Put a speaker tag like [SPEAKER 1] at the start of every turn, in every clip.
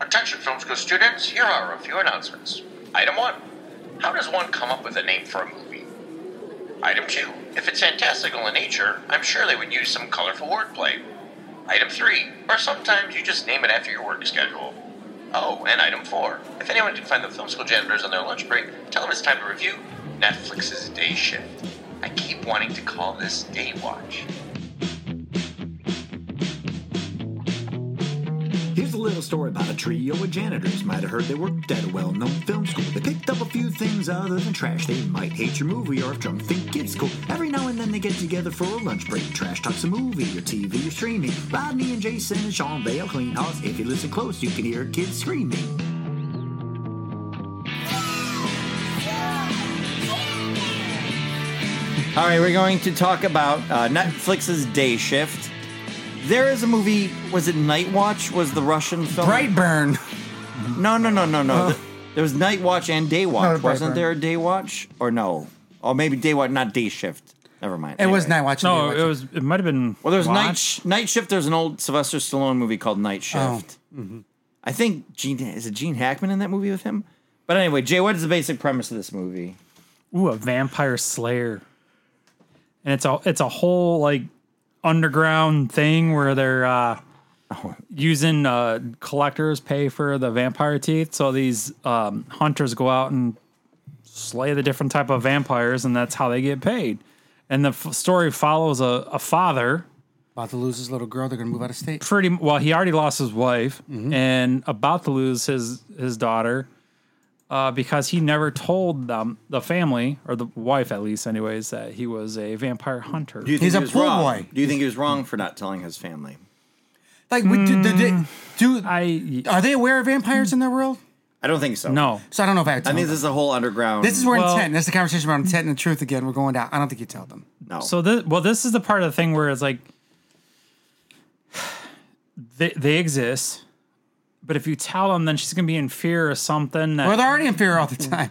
[SPEAKER 1] Attention, film school students, here are a few announcements. Item 1 How does one come up with a name for a movie? Item 2 If it's fantastical in nature, I'm sure they would use some colorful wordplay. Item 3 Or sometimes you just name it after your work schedule. Oh, and item 4 If anyone can find the film school janitors on their lunch break, tell them it's time to review Netflix's Day Shift. I keep wanting to call this Day Watch.
[SPEAKER 2] Here's a little story about a trio of janitors. Might have heard they worked at a well known film school. They picked up a few things other than trash. They might hate your movie or if drunk think it's cool. Every now and then they get together for a lunch break. Trash talks a movie or TV or streaming. Rodney and Jason and Sean, they'll clean house. If you listen close, you can hear kids screaming.
[SPEAKER 3] All right, we're going to talk about uh, Netflix's Day Shift. There is a movie. Was it Night Watch? Was the Russian film?
[SPEAKER 4] Brightburn.
[SPEAKER 3] No, no, no, no, no.
[SPEAKER 4] Oh.
[SPEAKER 3] There was Night Watch and Day
[SPEAKER 4] No,
[SPEAKER 3] Watch.
[SPEAKER 4] Brightburn.
[SPEAKER 3] Wasn't there a Day Watch or no? Or maybe Day Watch, not Day Shift. Never mind.
[SPEAKER 4] It was
[SPEAKER 3] Anyway.
[SPEAKER 4] night watch.
[SPEAKER 5] No, it was. It might have been.
[SPEAKER 3] Well, there's night
[SPEAKER 5] Watch.
[SPEAKER 3] sh- night shift. There's an old Sylvester Stallone movie called Night Shift.
[SPEAKER 4] Oh.
[SPEAKER 3] Mm-hmm. I think Gene is it Gene Hackman in that movie with him. But anyway, Jay, what is the basic premise of this movie?
[SPEAKER 5] Ooh, a vampire slayer. And it's a it's a whole like underground thing where they're uh,
[SPEAKER 3] Oh.
[SPEAKER 5] using uh, collectors pay for the vampire teeth. So these um, hunters go out and slay the different type of vampires, and that's how they get paid. And the f- story follows a, a father
[SPEAKER 4] about to lose his little girl. They're gonna move out of state.
[SPEAKER 5] pretty well he already lost his wife and about to lose his his daughter uh, because he never told them the family or the wife at least anyways that he was a vampire hunter
[SPEAKER 3] Do you
[SPEAKER 4] He's
[SPEAKER 3] he
[SPEAKER 4] a
[SPEAKER 3] was
[SPEAKER 4] pool
[SPEAKER 3] wrong?
[SPEAKER 4] boy.
[SPEAKER 3] Do you think he was wrong for not telling his family?
[SPEAKER 4] Like, we do, do,
[SPEAKER 5] Mm.
[SPEAKER 4] do, do-
[SPEAKER 5] i
[SPEAKER 4] are they aware of vampires in their world?
[SPEAKER 3] I don't think so.
[SPEAKER 5] no
[SPEAKER 4] So I don't know if I. Would tell
[SPEAKER 3] I think
[SPEAKER 4] them.
[SPEAKER 3] this is a whole underground.
[SPEAKER 4] This is where
[SPEAKER 5] Well-
[SPEAKER 4] intent. That's the conversation about intent and truth again. We're going down. I don't think you tell them.
[SPEAKER 3] no.
[SPEAKER 5] so this well this is the part of the thing where it's like they, they exist but if you tell them then she's gonna be in fear of something that
[SPEAKER 4] Well, they're already in fear all the
[SPEAKER 5] Mm.
[SPEAKER 4] time.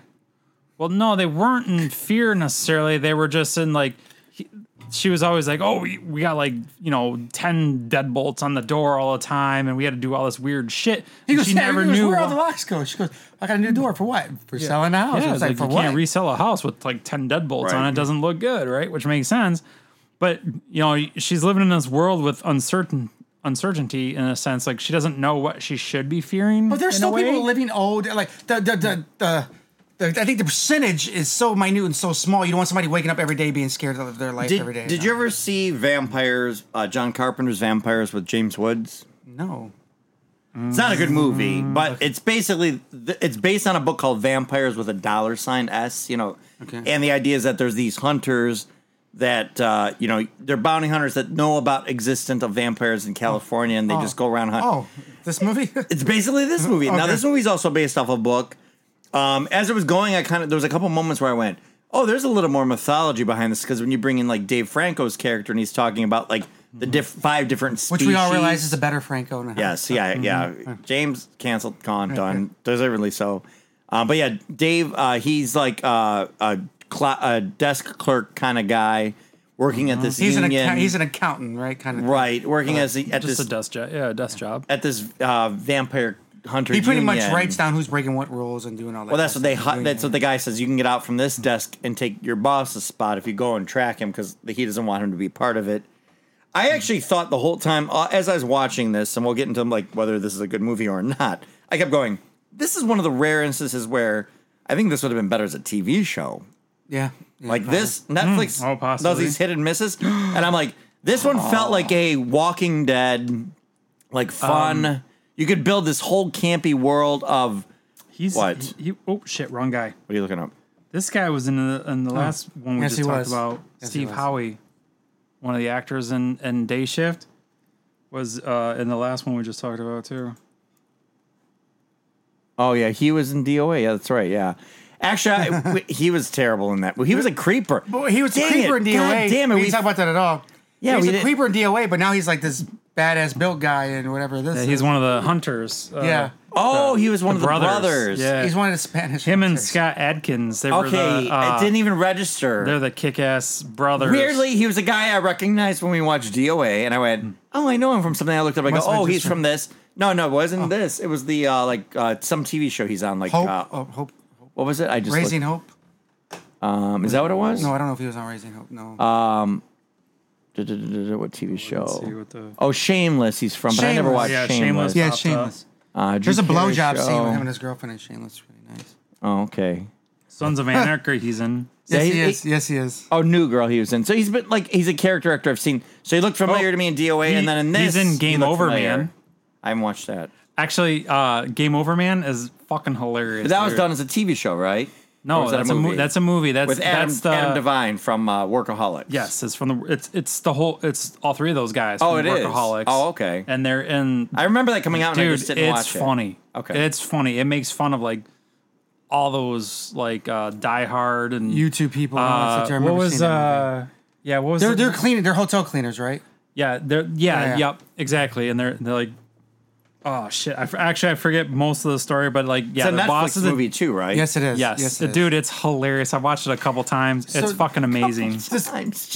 [SPEAKER 5] Well, no, they weren't in fear necessarily. They were just in like, he, she was always like, oh, we, we got like, you know, 10 deadbolts on the door all the time and we had to do all this weird shit.
[SPEAKER 4] He goes,
[SPEAKER 5] she
[SPEAKER 4] "Yeah,"
[SPEAKER 5] never
[SPEAKER 4] he goes,
[SPEAKER 5] knew.
[SPEAKER 4] Where all
[SPEAKER 5] why-
[SPEAKER 4] the locks go? She goes, I got a new door for what? For selling a house.
[SPEAKER 5] yeah,
[SPEAKER 4] I
[SPEAKER 5] it's
[SPEAKER 4] was like,
[SPEAKER 5] like,
[SPEAKER 4] for
[SPEAKER 5] you can't
[SPEAKER 4] what?
[SPEAKER 5] resell a house with like 10 deadbolts on
[SPEAKER 3] Right.
[SPEAKER 5] it. doesn't look good, right? Which makes sense. But, you know, she's living in this world with uncertain uncertainty in a sense. Like she doesn't know what she should be fearing.
[SPEAKER 4] But there's
[SPEAKER 5] in
[SPEAKER 4] still
[SPEAKER 5] a way.
[SPEAKER 4] people living old. Like the the the. the the- I think the percentage is so minute and so small. You don't want somebody waking up every day being scared of their life
[SPEAKER 3] did,
[SPEAKER 4] every day.
[SPEAKER 3] did you ever see Vampires, uh, John Carpenter's Vampires with James Woods?
[SPEAKER 4] No.
[SPEAKER 3] It's not a good movie, but it's basically th- it's based on a book called Vampires with a dollar sign S. You know,
[SPEAKER 4] Okay.
[SPEAKER 3] and the idea is that there's these hunters that uh, you know they're bounty hunters that know about existence of vampires in California, and they just go around hunting.
[SPEAKER 4] Oh, this movie.
[SPEAKER 3] It's basically this movie. Now
[SPEAKER 4] Okay.
[SPEAKER 3] this movie's also based off a book. Um, as it was going, I kind of there was a couple moments where I went, "Oh, there's a little more mythology behind this." Because when you bring in like Dave Franco's character and he's talking about like the diff- five different
[SPEAKER 4] Which
[SPEAKER 3] species,
[SPEAKER 4] we all realize is a better Franco. Now.
[SPEAKER 3] Yes, yeah,
[SPEAKER 4] Mm-hmm.
[SPEAKER 3] yeah. James canceled, gone, done, deservedly so. Uh, but yeah, Dave, uh, he's like uh, a, cl- a desk clerk kind of guy working at this
[SPEAKER 4] Mm-hmm. He's an
[SPEAKER 3] union.
[SPEAKER 4] account, he's an Uh, accountant, right? Kind of. thing.
[SPEAKER 3] right, working as the, at
[SPEAKER 5] Just
[SPEAKER 3] this
[SPEAKER 5] a desk job. Yeah, a desk job.
[SPEAKER 3] at this uh, vampire hunter.
[SPEAKER 4] He pretty much
[SPEAKER 3] union.
[SPEAKER 4] writes down who's breaking what rules and doing all that.
[SPEAKER 3] Well, that's what they. hu-
[SPEAKER 4] hot.
[SPEAKER 3] That's what the guy says. You can get out from this desk and take your boss's spot if you go and track him because he doesn't want him to be part of it.
[SPEAKER 5] Hmm.
[SPEAKER 3] I actually thought the whole time uh, as I was watching this, and we'll get into like whether this is a good movie or not. I kept going. This is one of the rare instances where I think this would have been better as a TV show.
[SPEAKER 4] yeah. yeah,
[SPEAKER 3] Like
[SPEAKER 4] probably.
[SPEAKER 3] this, Netflix
[SPEAKER 5] Uh-huh. oh, possibly.
[SPEAKER 3] does these hit and misses, and I'm like, this one felt like a Walking Dead, like fun.
[SPEAKER 5] Um,
[SPEAKER 3] you could build this whole campy world of.
[SPEAKER 5] He's
[SPEAKER 3] What?
[SPEAKER 5] He, he, oh, shit, wrong guy.
[SPEAKER 3] What are you looking up?
[SPEAKER 5] This guy was in the in the last one we
[SPEAKER 4] Oh. Yes,
[SPEAKER 5] just
[SPEAKER 4] he
[SPEAKER 5] talked
[SPEAKER 4] was.
[SPEAKER 5] about.
[SPEAKER 4] Yes, he
[SPEAKER 5] Steve
[SPEAKER 4] was.
[SPEAKER 5] Howie, one of the actors in, in Day Shift, was uh, in the last one we just talked about too.
[SPEAKER 3] Oh yeah, he was in DOA. Yeah, that's right. Yeah, actually, I, w- he was terrible in that. He was a creeper.
[SPEAKER 4] But he was a
[SPEAKER 3] Dang
[SPEAKER 4] creeper
[SPEAKER 3] it.
[SPEAKER 4] in DOA.
[SPEAKER 3] God damn it, we-
[SPEAKER 4] We, didn't talk about that at all.
[SPEAKER 3] Yeah,
[SPEAKER 4] he was
[SPEAKER 3] we
[SPEAKER 4] a
[SPEAKER 3] didn't-
[SPEAKER 4] creeper in DOA, but now he's like this badass built guy and whatever this.
[SPEAKER 5] Yeah,
[SPEAKER 4] is.
[SPEAKER 5] he's one of the hunters. Uh,
[SPEAKER 4] Yeah,
[SPEAKER 3] Oh, he was one of the brothers.
[SPEAKER 5] Yeah,
[SPEAKER 4] he's one of the Spanish.
[SPEAKER 5] him and
[SPEAKER 4] hunters.
[SPEAKER 5] Scott Adkins. They were
[SPEAKER 3] Okay,
[SPEAKER 5] the, uh,
[SPEAKER 3] it didn't even register.
[SPEAKER 5] They're the kick-ass brothers.
[SPEAKER 3] Weirdly, he was a guy I recognized when we watched DOA, and I went, oh, I know him from something. I looked up. I go,
[SPEAKER 4] Hmm. Must have been
[SPEAKER 3] oh,
[SPEAKER 4] just
[SPEAKER 3] he's
[SPEAKER 4] from- Oh.
[SPEAKER 3] from this. No, no, it wasn't this. It was the uh, like uh, some TV show he's on. Like,
[SPEAKER 4] Hope,
[SPEAKER 3] uh,
[SPEAKER 4] oh, hope, hope.
[SPEAKER 3] what was it? I just
[SPEAKER 4] Raising
[SPEAKER 3] looked-
[SPEAKER 4] Hope.
[SPEAKER 3] um, is that what it was?
[SPEAKER 4] No, I don't know if he was on Raising Hope. No,
[SPEAKER 3] Uh, Du-du-du-du-du, What TV
[SPEAKER 5] Let's see
[SPEAKER 3] show?
[SPEAKER 5] what the
[SPEAKER 3] Oh, Shameless. He's from, but I never
[SPEAKER 4] Shameless.
[SPEAKER 3] watched
[SPEAKER 5] Yeah,
[SPEAKER 3] Shameless.
[SPEAKER 5] Shameless.
[SPEAKER 4] yeah,
[SPEAKER 5] popped up.
[SPEAKER 4] Shameless.
[SPEAKER 3] Uh, Drew
[SPEAKER 4] There's a
[SPEAKER 3] Carey
[SPEAKER 4] blowjob
[SPEAKER 3] show.
[SPEAKER 4] scene with him and his girlfriend in Shameless. It's really nice.
[SPEAKER 3] Oh, okay.
[SPEAKER 5] Sons of Anarchy he's in.
[SPEAKER 4] Yes,
[SPEAKER 3] he-
[SPEAKER 4] he,
[SPEAKER 3] he-
[SPEAKER 4] is. yes, he is.
[SPEAKER 3] Oh, New Girl. He was in. So he's been like he's a character actor I've seen. So he looked familiar
[SPEAKER 5] Oh,
[SPEAKER 3] to me in DOA, and
[SPEAKER 5] he-
[SPEAKER 3] then in this
[SPEAKER 5] he's in
[SPEAKER 3] he
[SPEAKER 5] Game
[SPEAKER 3] looked
[SPEAKER 5] Over
[SPEAKER 3] familiar.
[SPEAKER 5] Man.
[SPEAKER 3] I haven't watched that.
[SPEAKER 5] Actually, uh, Game Over Man is fucking hilarious.
[SPEAKER 3] But that was
[SPEAKER 5] dude.
[SPEAKER 3] done as a TV show, right? Or
[SPEAKER 5] No,
[SPEAKER 3] was that
[SPEAKER 5] that's a, movie? that's a movie. That's
[SPEAKER 3] with Adam,
[SPEAKER 5] that's the
[SPEAKER 3] Adam Devine from uh, Workaholics.
[SPEAKER 5] Yes, it's from the it's it's the whole it's all three of those guys.
[SPEAKER 3] Oh,
[SPEAKER 5] from
[SPEAKER 3] it is.
[SPEAKER 5] Workaholics.
[SPEAKER 3] Oh, okay.
[SPEAKER 5] And they're in.
[SPEAKER 3] I remember that coming out, and I
[SPEAKER 5] dude,
[SPEAKER 3] just didn't
[SPEAKER 5] it's
[SPEAKER 3] watch it.
[SPEAKER 5] funny.
[SPEAKER 3] Okay.
[SPEAKER 5] it's funny. It makes fun of like all those like uh, Die Hard and
[SPEAKER 4] YouTube people. and all that
[SPEAKER 5] Uh,
[SPEAKER 4] stuff. Oh, I
[SPEAKER 5] what
[SPEAKER 4] remember seeing
[SPEAKER 5] was
[SPEAKER 4] that movie.
[SPEAKER 5] uh? Yeah, what was
[SPEAKER 4] They're
[SPEAKER 5] the-
[SPEAKER 4] they're cleaning. They're hotel cleaners, right?
[SPEAKER 5] Yeah, they're yeah,
[SPEAKER 4] Yeah, yeah.
[SPEAKER 5] yep, exactly. And they're they're like, oh shit. I f- actually I forget most of the story, but like yeah,
[SPEAKER 3] It's a
[SPEAKER 5] the
[SPEAKER 3] Netflix
[SPEAKER 5] boss is a-
[SPEAKER 3] movie too, right?
[SPEAKER 4] Yes, it is.
[SPEAKER 5] Yes,
[SPEAKER 4] yes it is.
[SPEAKER 5] dude, it's hilarious. I watched it a couple times. it's
[SPEAKER 4] So-
[SPEAKER 5] fucking amazing.
[SPEAKER 3] Sometimes,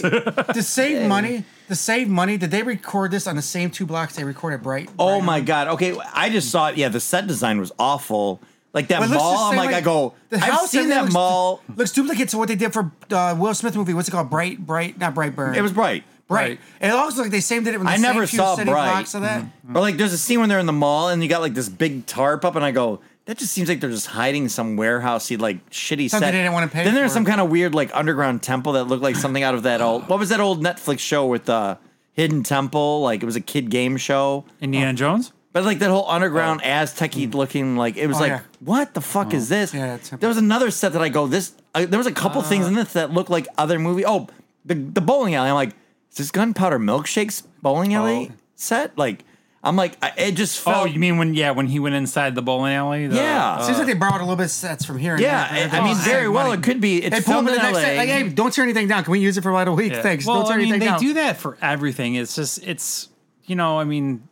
[SPEAKER 3] Jay.
[SPEAKER 4] to save money, to save money, did they record this on the same two blocks they recorded Bright?
[SPEAKER 3] oh
[SPEAKER 4] Bright?
[SPEAKER 3] my god. Okay, I just saw it. Yeah, the set design was awful. Like that
[SPEAKER 4] But let's
[SPEAKER 3] mall.
[SPEAKER 4] just
[SPEAKER 3] I'm
[SPEAKER 4] say,
[SPEAKER 3] like, I go.
[SPEAKER 4] the
[SPEAKER 3] I've
[SPEAKER 4] house
[SPEAKER 3] seen
[SPEAKER 4] everything
[SPEAKER 3] that
[SPEAKER 4] looks-
[SPEAKER 3] mall.
[SPEAKER 4] Looks duplicate to what they did for uh, Will Smith movie. What's it called? Bright, Bright, not Bright Burn.
[SPEAKER 3] It was bright.
[SPEAKER 4] Bright. It almost looked like they same did it. When the
[SPEAKER 3] I
[SPEAKER 4] same
[SPEAKER 3] never
[SPEAKER 4] few
[SPEAKER 3] saw
[SPEAKER 4] city
[SPEAKER 3] Bright. Mm-hmm.
[SPEAKER 4] Blocks of that.
[SPEAKER 3] Or like, there's a scene when they're in the mall, and you got like this big tarp up, and I go. That just seems like they're just hiding some warehousey like shitty
[SPEAKER 4] Something
[SPEAKER 3] set.
[SPEAKER 4] they didn't wanna pay
[SPEAKER 3] Then there's
[SPEAKER 4] for.
[SPEAKER 3] some kind of weird like underground temple that looked like something out of that old. What was that old Netflix show with the uh, hidden temple? Like it was a kid game show.
[SPEAKER 4] Oh.
[SPEAKER 5] Indiana Jones.
[SPEAKER 3] But like that whole underground Aztec looking, like it was
[SPEAKER 4] Oh,
[SPEAKER 3] like,
[SPEAKER 4] yeah. Oh,
[SPEAKER 3] what the fuck is this?
[SPEAKER 4] Yeah, it's- Uh.
[SPEAKER 3] there was another set that I go, this. I, there was a couple things in this that looked like other movie. Oh, the the bowling alley. I'm like, is this Gunpowder Milkshakes bowling alley
[SPEAKER 4] Oh.
[SPEAKER 3] set? Like, I'm like, I, it just felt.
[SPEAKER 5] Oh, you mean when yeah when he went inside the bowling alley? the-
[SPEAKER 3] Yeah.
[SPEAKER 5] uh,
[SPEAKER 4] Seems like they borrowed a little bit of sets from here. And
[SPEAKER 3] Yeah, I-
[SPEAKER 4] there,
[SPEAKER 3] I
[SPEAKER 4] but
[SPEAKER 3] mean,
[SPEAKER 4] it's
[SPEAKER 3] very
[SPEAKER 4] same
[SPEAKER 3] well,
[SPEAKER 4] Oh, money.
[SPEAKER 3] it could be- it's
[SPEAKER 4] They pull
[SPEAKER 3] filmed
[SPEAKER 4] them to the
[SPEAKER 3] in
[SPEAKER 4] next
[SPEAKER 3] LA.
[SPEAKER 4] set. Like, hey, don't tear anything down. Can we use it for about a week?
[SPEAKER 5] yeah.
[SPEAKER 4] Thanks.
[SPEAKER 5] Well,
[SPEAKER 4] don't tear
[SPEAKER 5] I mean
[SPEAKER 4] anything
[SPEAKER 5] they
[SPEAKER 4] down.
[SPEAKER 5] do that for everything. It's just it's you know I mean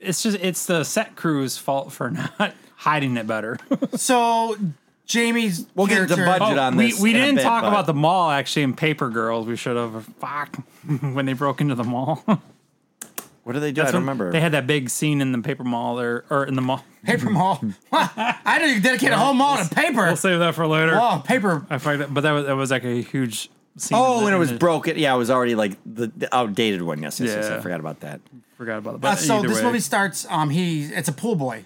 [SPEAKER 5] it's just it's the set crew's fault for not hiding it better. Oh,
[SPEAKER 4] So Jamie's.
[SPEAKER 3] We'll get the
[SPEAKER 4] character-
[SPEAKER 3] budget on
[SPEAKER 5] we
[SPEAKER 3] this.
[SPEAKER 5] we
[SPEAKER 3] in a
[SPEAKER 5] didn't
[SPEAKER 3] bit,
[SPEAKER 5] talk
[SPEAKER 3] but-
[SPEAKER 5] about the mall actually in Paper Girls. We should have fuck when they broke into the mall.
[SPEAKER 3] What do they do? I don't remember.
[SPEAKER 5] They had that big scene in the paper mall there or in the mall.
[SPEAKER 4] Paper mall. I know you dedicate a whole mall to paper.
[SPEAKER 5] Mm-hmm. We'll save that for later.
[SPEAKER 4] Oh, paper.
[SPEAKER 5] I find that, but that was, that was like a huge scene.
[SPEAKER 3] oh, and it was
[SPEAKER 5] I
[SPEAKER 3] broken. Yeah, it was already like the, the outdated one. Yes, yes, yes, I
[SPEAKER 5] Yeah.
[SPEAKER 3] forgot about that.
[SPEAKER 5] Forgot about that.
[SPEAKER 4] Uh,
[SPEAKER 5] But
[SPEAKER 4] so
[SPEAKER 5] either
[SPEAKER 4] this
[SPEAKER 5] way.
[SPEAKER 4] movie starts. Um, he it's a pool boy.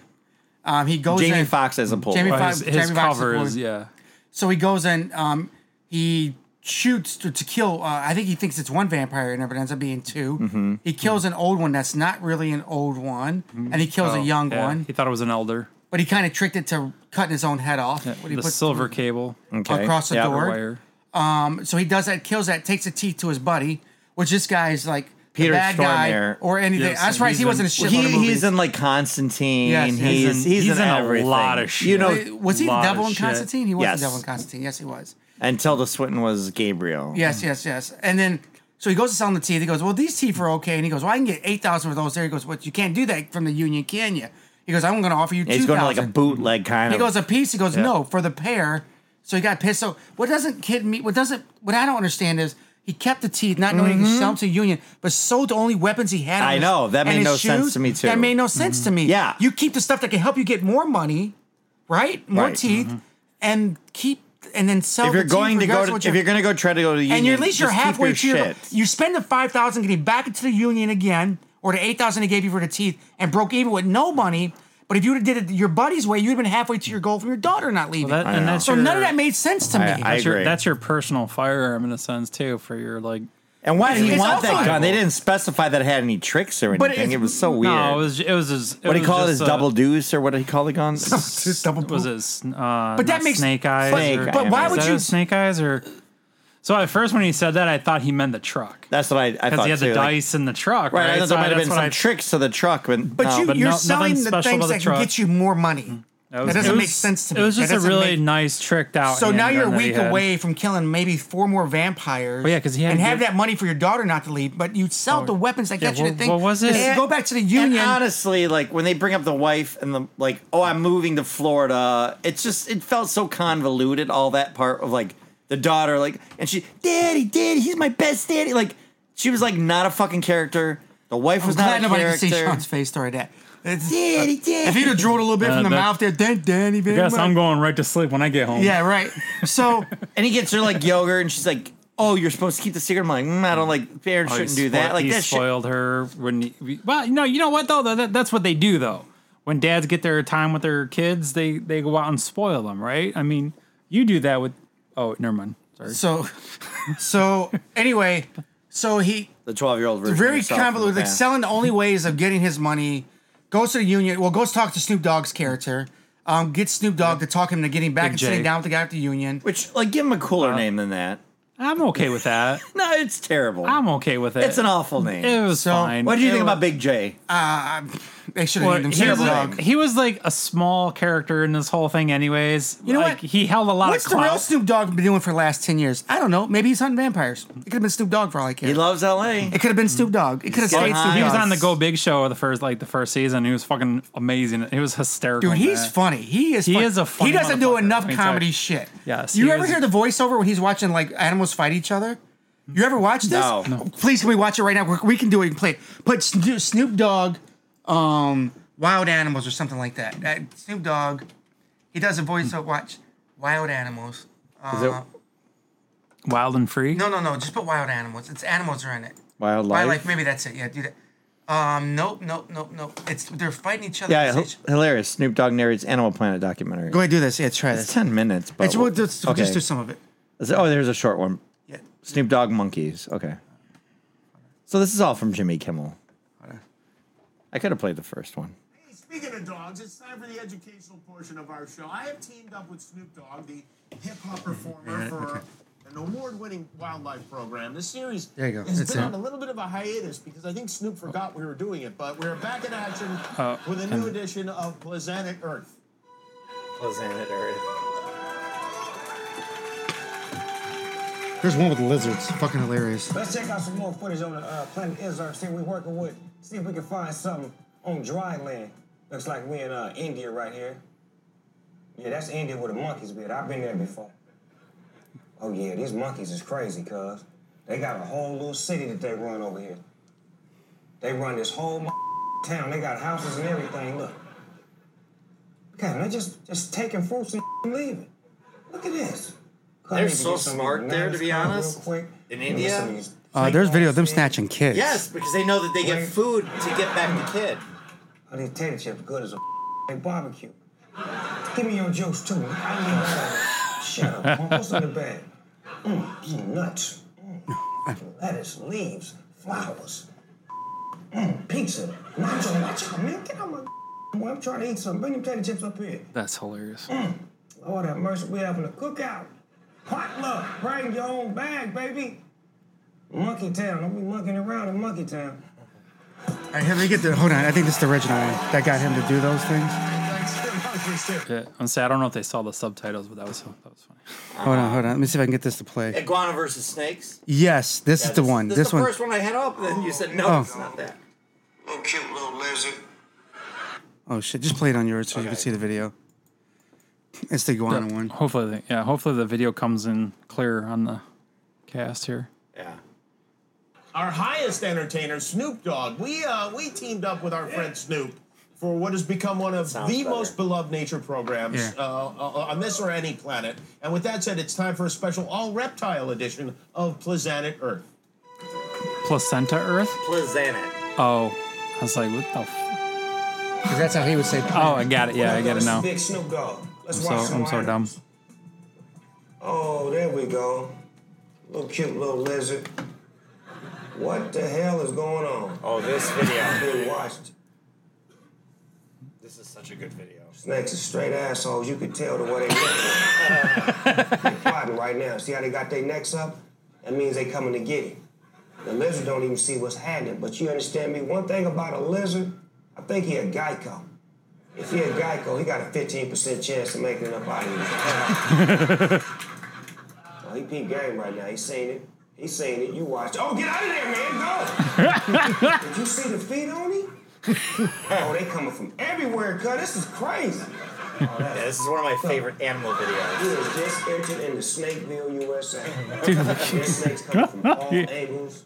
[SPEAKER 4] Um, he goes.
[SPEAKER 3] Jamie
[SPEAKER 4] in,
[SPEAKER 3] Foxx as a pole.
[SPEAKER 4] Jamie
[SPEAKER 3] boy.
[SPEAKER 5] But his,
[SPEAKER 4] Foxx-
[SPEAKER 5] his
[SPEAKER 4] Jamie Foxx is
[SPEAKER 5] cover
[SPEAKER 4] blue.
[SPEAKER 5] is yeah.
[SPEAKER 4] So he goes and um, he shoots to, to kill. Uh, I think he thinks it's one vampire, and it ends up being 2
[SPEAKER 5] Mm-hmm.
[SPEAKER 4] He kills an old one that's not really an old one, and he kills a young
[SPEAKER 5] Oh, Yeah,
[SPEAKER 4] one.
[SPEAKER 5] He thought it was an elder.
[SPEAKER 4] But he kind of tricked it to cutting his own head off. when he
[SPEAKER 5] the
[SPEAKER 4] puts-
[SPEAKER 5] silver cable
[SPEAKER 3] Okay.
[SPEAKER 4] across the
[SPEAKER 3] Yeah.
[SPEAKER 4] door.
[SPEAKER 5] wire.
[SPEAKER 4] So he does that, kills that, takes a teeth to his buddy, which this guy's like the
[SPEAKER 3] Peter
[SPEAKER 4] bad guy
[SPEAKER 3] Stormare.
[SPEAKER 4] or anything.
[SPEAKER 5] Yes,
[SPEAKER 4] I'm
[SPEAKER 5] and
[SPEAKER 4] surprised
[SPEAKER 5] he's
[SPEAKER 4] he wasn't a
[SPEAKER 5] in-
[SPEAKER 4] shit.
[SPEAKER 3] He, he's in like Constantine.
[SPEAKER 4] Yes,
[SPEAKER 3] he's,
[SPEAKER 4] he's
[SPEAKER 3] in,
[SPEAKER 5] in-
[SPEAKER 3] he's,
[SPEAKER 5] he's
[SPEAKER 3] in,
[SPEAKER 5] in a
[SPEAKER 3] everything.
[SPEAKER 5] lot of
[SPEAKER 3] You
[SPEAKER 5] shit.
[SPEAKER 3] know,
[SPEAKER 5] Wait.
[SPEAKER 4] Uh, was he the
[SPEAKER 5] Lot of
[SPEAKER 4] devil in
[SPEAKER 5] shit.
[SPEAKER 4] Constantine? He was
[SPEAKER 3] Yes.
[SPEAKER 4] the devil in Constantine. Yes, he was.
[SPEAKER 3] and Tilda Swinton was Gabriel.
[SPEAKER 4] Yes, yes, yes. And then so he goes to sell him the teeth. He goes, "Well, these teeth are okay." And he goes, "Well, I can get eight thousand for those." There, he goes, "What? You can't do that from the union, can you?" He goes, "I'm going to offer you
[SPEAKER 3] Yeah, he's
[SPEAKER 4] two
[SPEAKER 3] going to like a
[SPEAKER 4] thousand.
[SPEAKER 3] bootleg kind
[SPEAKER 4] He
[SPEAKER 3] of.
[SPEAKER 4] goes a piece. He goes, "No, for the pair." So he got pissed. So what doesn't kid me? What doesn't? What I don't understand is he kept the teeth, not knowing he could sell them to the union, but sold the only weapons he had. on
[SPEAKER 3] Mm-hmm. I
[SPEAKER 4] his-
[SPEAKER 3] know. That
[SPEAKER 4] and
[SPEAKER 3] made
[SPEAKER 4] his
[SPEAKER 3] no sense to me, too. Mm-hmm.
[SPEAKER 4] That made no sense to me.
[SPEAKER 3] Yeah.
[SPEAKER 4] you keep the stuff that can help you get more money, right? More
[SPEAKER 3] Right. Mm-hmm.
[SPEAKER 4] teeth, and keep and then sell.
[SPEAKER 3] if you're
[SPEAKER 4] the
[SPEAKER 3] going
[SPEAKER 4] teeth,
[SPEAKER 3] to
[SPEAKER 4] regardless
[SPEAKER 3] go
[SPEAKER 4] of what
[SPEAKER 3] to, if you're going to go try to go to the union,
[SPEAKER 4] and you're, at least you're
[SPEAKER 3] just keep
[SPEAKER 4] halfway
[SPEAKER 3] your
[SPEAKER 4] to your,
[SPEAKER 3] shit.
[SPEAKER 4] you spend the five thousand getting back into the union again, or the eight thousand they gave you for the teeth, and broke even with no money. But if you would have did it your buddy's way, you'd have been halfway to your goal from your daughter not leaving.
[SPEAKER 5] That,
[SPEAKER 3] know.
[SPEAKER 5] and that's
[SPEAKER 4] so
[SPEAKER 5] your,
[SPEAKER 4] none of that made sense to me.
[SPEAKER 3] I
[SPEAKER 5] that's your,
[SPEAKER 3] agree.
[SPEAKER 5] that's your personal firearm in a sense too for your like.
[SPEAKER 3] And why did he
[SPEAKER 4] It's
[SPEAKER 3] want
[SPEAKER 4] also-
[SPEAKER 3] that gun? They didn't specify that it had any tricks or
[SPEAKER 4] But
[SPEAKER 3] anything.
[SPEAKER 4] it's-
[SPEAKER 3] It was so weird.
[SPEAKER 5] No, it was it was his,
[SPEAKER 3] what do you
[SPEAKER 5] was
[SPEAKER 3] call it?
[SPEAKER 5] just
[SPEAKER 3] His
[SPEAKER 5] a-
[SPEAKER 3] double deuce or what do you call the guns?
[SPEAKER 4] Just double
[SPEAKER 5] was
[SPEAKER 4] poop.
[SPEAKER 5] it? s- Uh,
[SPEAKER 4] But that
[SPEAKER 5] not
[SPEAKER 4] makes-
[SPEAKER 5] snake eyes.
[SPEAKER 3] Snake
[SPEAKER 5] or-
[SPEAKER 3] eye, But why
[SPEAKER 5] is
[SPEAKER 4] would
[SPEAKER 5] that
[SPEAKER 4] you-
[SPEAKER 5] a snake eyes or? So at first when he said that, I thought he meant the truck
[SPEAKER 3] That's what I, I
[SPEAKER 5] because
[SPEAKER 3] thought.
[SPEAKER 5] he had
[SPEAKER 3] too,
[SPEAKER 5] the
[SPEAKER 3] like-
[SPEAKER 5] dice in the truck. Right.
[SPEAKER 3] right, I thought
[SPEAKER 5] So
[SPEAKER 3] there might have been
[SPEAKER 5] that's what
[SPEAKER 3] some
[SPEAKER 5] I-
[SPEAKER 3] tricks to the truck, but,
[SPEAKER 4] But
[SPEAKER 3] no.
[SPEAKER 4] you,
[SPEAKER 5] but
[SPEAKER 4] you're
[SPEAKER 5] no-
[SPEAKER 4] selling
[SPEAKER 5] nothing
[SPEAKER 4] the
[SPEAKER 5] special
[SPEAKER 4] things
[SPEAKER 5] about the
[SPEAKER 4] that can get
[SPEAKER 5] truck. Mm-hmm.
[SPEAKER 4] you more money. That,
[SPEAKER 5] was-
[SPEAKER 4] doesn't
[SPEAKER 5] it
[SPEAKER 4] make
[SPEAKER 5] was-
[SPEAKER 4] sense to me.
[SPEAKER 5] It was
[SPEAKER 4] That
[SPEAKER 5] just a
[SPEAKER 4] doesn't
[SPEAKER 5] really
[SPEAKER 4] make-
[SPEAKER 5] nice tricked out.
[SPEAKER 4] So now
[SPEAKER 5] handgun
[SPEAKER 4] you're a
[SPEAKER 5] that he
[SPEAKER 4] week
[SPEAKER 5] had.
[SPEAKER 4] away from killing maybe four more vampires.
[SPEAKER 5] yeah, 'cause he had
[SPEAKER 4] and
[SPEAKER 5] to
[SPEAKER 4] have
[SPEAKER 5] get-
[SPEAKER 4] that money for your daughter not to leave, but you sell the weapons that
[SPEAKER 5] Yeah,
[SPEAKER 4] get you to
[SPEAKER 5] what-
[SPEAKER 4] think.
[SPEAKER 5] what was it?
[SPEAKER 4] Just Go back to the
[SPEAKER 3] And
[SPEAKER 4] union.
[SPEAKER 3] honestly, like when they bring up the wife and the like, oh, I'm moving to Florida. It's just it felt so convoluted. All that part of like the daughter, like, and she, daddy, daddy, he's my best daddy. Like she was like not a fucking character. The The wife
[SPEAKER 4] I'm
[SPEAKER 3] was not
[SPEAKER 4] glad
[SPEAKER 3] a
[SPEAKER 4] nobody
[SPEAKER 3] character.
[SPEAKER 4] can see Sean's face during that. It's- uh,
[SPEAKER 3] Did he
[SPEAKER 4] If he'd have drooled a little bit
[SPEAKER 5] Uh,
[SPEAKER 4] from the
[SPEAKER 5] that-
[SPEAKER 4] mouth there, then Danny Van
[SPEAKER 5] Guess I'm
[SPEAKER 4] Wy-
[SPEAKER 5] going right to sleep when I get home.
[SPEAKER 4] Yeah, right. So
[SPEAKER 3] And he gets her like yogurt, and she's like, "Oh, you're supposed to keep the secret." I'm like, mm, "I don't like parents
[SPEAKER 5] Oh, he
[SPEAKER 3] shouldn't do that."
[SPEAKER 5] spoil-
[SPEAKER 3] Like
[SPEAKER 5] he
[SPEAKER 3] that shit.
[SPEAKER 5] spoiled her when. He, well, no, you know what though? That, that's what they do though. When dads get their time with their kids, they they go out and spoil them, right? I mean, you do that with. Oh, never mind. Sorry.
[SPEAKER 4] so so anyway, so he
[SPEAKER 3] The twelve year old version.
[SPEAKER 4] very
[SPEAKER 3] of himself from
[SPEAKER 4] convoluted.
[SPEAKER 3] the
[SPEAKER 4] Like
[SPEAKER 3] past.
[SPEAKER 4] selling the only ways of getting his money. Goes to the union. Well, goes talk to Snoop Dogg's character. Um, gets Snoop Dogg to talk him to getting back and
[SPEAKER 5] Jay.
[SPEAKER 4] sitting down with the guy at the union.
[SPEAKER 3] Which like give him a cooler
[SPEAKER 4] Uh,
[SPEAKER 3] name than that.
[SPEAKER 5] I'm okay with that.
[SPEAKER 3] No, it's terrible.
[SPEAKER 5] I'm okay with it.
[SPEAKER 3] it's an awful name.
[SPEAKER 5] It was
[SPEAKER 4] So,
[SPEAKER 5] fine.
[SPEAKER 3] what do you
[SPEAKER 5] It
[SPEAKER 3] think
[SPEAKER 5] wa-
[SPEAKER 3] about Big J?
[SPEAKER 4] They should have
[SPEAKER 5] Well,
[SPEAKER 4] named him
[SPEAKER 5] he,
[SPEAKER 4] Snoop
[SPEAKER 5] was
[SPEAKER 4] Dogg.
[SPEAKER 5] like, he was like a small character in this whole thing, anyways. You
[SPEAKER 4] know
[SPEAKER 5] like,
[SPEAKER 4] what?
[SPEAKER 5] He held a lot
[SPEAKER 4] What's
[SPEAKER 5] of
[SPEAKER 4] the real
[SPEAKER 5] clout.
[SPEAKER 4] Snoop Dogg been doing for the last ten years? I don't know. Maybe he's hunting vampires. It could have been Snoop Dogg for all I care.
[SPEAKER 3] He loves L.A.
[SPEAKER 4] it could have been Snoop Dogg. It could have
[SPEAKER 3] getting
[SPEAKER 4] stayed
[SPEAKER 3] high.
[SPEAKER 4] Snoop
[SPEAKER 5] he was
[SPEAKER 4] Dogg.
[SPEAKER 5] on the Go Big Show the first like the first season. He was fucking amazing. He was hysterical.
[SPEAKER 4] Dude, he's
[SPEAKER 5] man.
[SPEAKER 4] funny. He is.
[SPEAKER 5] He
[SPEAKER 4] fun-
[SPEAKER 5] is a funny
[SPEAKER 4] He doesn't do
[SPEAKER 5] motherfucker.
[SPEAKER 4] enough
[SPEAKER 5] Let me tell
[SPEAKER 4] comedy
[SPEAKER 5] you.
[SPEAKER 4] shit.
[SPEAKER 5] Yes,
[SPEAKER 4] You
[SPEAKER 5] he
[SPEAKER 4] ever
[SPEAKER 5] is-
[SPEAKER 4] hear the voiceover when he's watching like animals fight each other? You ever watch this?
[SPEAKER 3] No. No.
[SPEAKER 4] Please, can we watch it right now? We- We can do it. We can play it. Put Snoo- Snoop Dogg, um, Wild Animals or something like that. Uh, Snoop Dogg, he does a voiceover. Watch Wild Animals.
[SPEAKER 3] Is it
[SPEAKER 5] wild and free.
[SPEAKER 4] No, no, no. Just put Wild Animals. It's animals are in it.
[SPEAKER 3] Wildlife?
[SPEAKER 4] Wildlife. Maybe that's it. Yeah, do that. Um, nope, nope, nope, nope. It's they're fighting each other.
[SPEAKER 3] Yeah,
[SPEAKER 4] It's-
[SPEAKER 3] hil- hilarious. Snoop Dogg narrates Animal Planet documentary.
[SPEAKER 4] Go ahead, do this. Yeah, try
[SPEAKER 3] It's
[SPEAKER 4] this.
[SPEAKER 3] ten minutes, but
[SPEAKER 4] It's, we'll, just, we'll
[SPEAKER 3] okay.
[SPEAKER 4] just do some of it.
[SPEAKER 3] Is it- Oh, there's a short one.
[SPEAKER 4] Yeah.
[SPEAKER 3] Snoop Dogg monkeys. Okay. So this is all from Jimmy Kimmel. I could have played the first one.
[SPEAKER 6] Speaking of dogs, it's time for the educational portion of our show. I have teamed up with Snoop Dogg, the hip hop performer, for an award winning wildlife program. This series
[SPEAKER 4] There you go.
[SPEAKER 6] has
[SPEAKER 4] It's
[SPEAKER 6] been
[SPEAKER 4] it.
[SPEAKER 6] on a little bit of a hiatus because I think Snoop forgot we were doing it, but we're back in action
[SPEAKER 4] Uh,
[SPEAKER 5] Oh,
[SPEAKER 6] with a
[SPEAKER 5] can-
[SPEAKER 6] new edition of Planet Earth.
[SPEAKER 4] There's one with lizards. Fucking hilarious.
[SPEAKER 7] Let's check out some more footage on the uh, planet Izark. See, we're working with. See if we can find something on dry land. Looks like we in uh, India right here. Yeah, that's India where the monkeys be. at. I've been there before. Oh yeah, these monkeys is crazy, cuz. They got a whole little city that they run over here. They run this whole town. They got houses and everything. Look. God, they just just taking fruits and leaving. Look at this. I
[SPEAKER 3] They're
[SPEAKER 7] need to
[SPEAKER 3] so
[SPEAKER 7] get some
[SPEAKER 3] smart there, to be
[SPEAKER 7] bananas real
[SPEAKER 3] honest.
[SPEAKER 7] quick.
[SPEAKER 3] In
[SPEAKER 7] Let me
[SPEAKER 3] India?
[SPEAKER 7] see these
[SPEAKER 4] Uh, there's video of them snatching kids.
[SPEAKER 3] because they know that they
[SPEAKER 7] get
[SPEAKER 3] food to get back the kid.
[SPEAKER 7] Oh, these tater chips good as a like barbecue. Give me your juice too. I need all of it. Shut up. punk. What's in the bag? Mm, mm, nuts. Mm, lettuce, leaves, flowers. Mm, pizza. Nacho, watch out, man. Get out my boy. I'm trying to eat some. Bring them tater chips up here.
[SPEAKER 5] That's hilarious.
[SPEAKER 7] Lord have mercy, we having a cookout. Potluck. Bring your own bag, baby. Monkey Town. Don't be monkeying around in Monkey Town.
[SPEAKER 4] All right, here, let me get the. Hold on. I think this is the original one that got him to do those things.
[SPEAKER 6] Thanks very much, Mr.
[SPEAKER 5] Yeah, honestly, I don't know if they saw the subtitles, but that was that was funny.
[SPEAKER 4] Hold on, hold on. Let me see if I can get this to play.
[SPEAKER 3] Iguana versus snakes.
[SPEAKER 4] Yes, this is the one. This, one.
[SPEAKER 3] one I had up. Then you said no,
[SPEAKER 4] Oh. it's
[SPEAKER 3] not that.
[SPEAKER 7] Little cute little lizard.
[SPEAKER 4] Oh shit! Just play it on yours so you can see the video. It's the iguana one.
[SPEAKER 5] Hopefully, the, yeah. Hopefully, the video comes in clear on the cast here.
[SPEAKER 3] Yeah.
[SPEAKER 6] our highest entertainer, Snoop Dogg. We uh, we teamed up with our friend Snoop for what has become one of the
[SPEAKER 3] better.
[SPEAKER 6] most beloved nature programs
[SPEAKER 4] Yeah.
[SPEAKER 6] uh, uh, on this or any planet. And with that said, it's time for a special all reptile edition of Planet Earth.
[SPEAKER 5] Placenta Earth.
[SPEAKER 3] Plazanet.
[SPEAKER 5] Oh, I was like, what the? F-?
[SPEAKER 4] Because that's how he would say.
[SPEAKER 5] Oh, I got it. Yeah, I got it now.
[SPEAKER 7] Big Snoop Dogg. Let's
[SPEAKER 5] Oh. I'm
[SPEAKER 7] watch
[SPEAKER 5] so
[SPEAKER 7] some
[SPEAKER 5] I'm so dumb.
[SPEAKER 7] animals. Oh, there we go. Little cute little lizard. What the hell is going on?
[SPEAKER 3] Oh, this video.
[SPEAKER 7] I've been watched.
[SPEAKER 3] this is such a good video.
[SPEAKER 7] Snakes are straight assholes. You can tell the way they look. They're plotting right now. See how they got their necks up? That means they coming to get him. The lizard don't even see what's happening. But you understand me? One thing about a lizard, I think he a Geico. If he a Geico, he got a 15% chance of making it up out of here. well, he peep game right now. He seen it. He seen it. You watch. Oh, get out of there, man. Go. Did you see the feet on him? Oh, they coming from everywhere, cuz. This is crazy. Oh, that's
[SPEAKER 3] This is one of my favorite animal videos.
[SPEAKER 7] you have just entered into Snakeville, USA. There's snakes coming from all angles.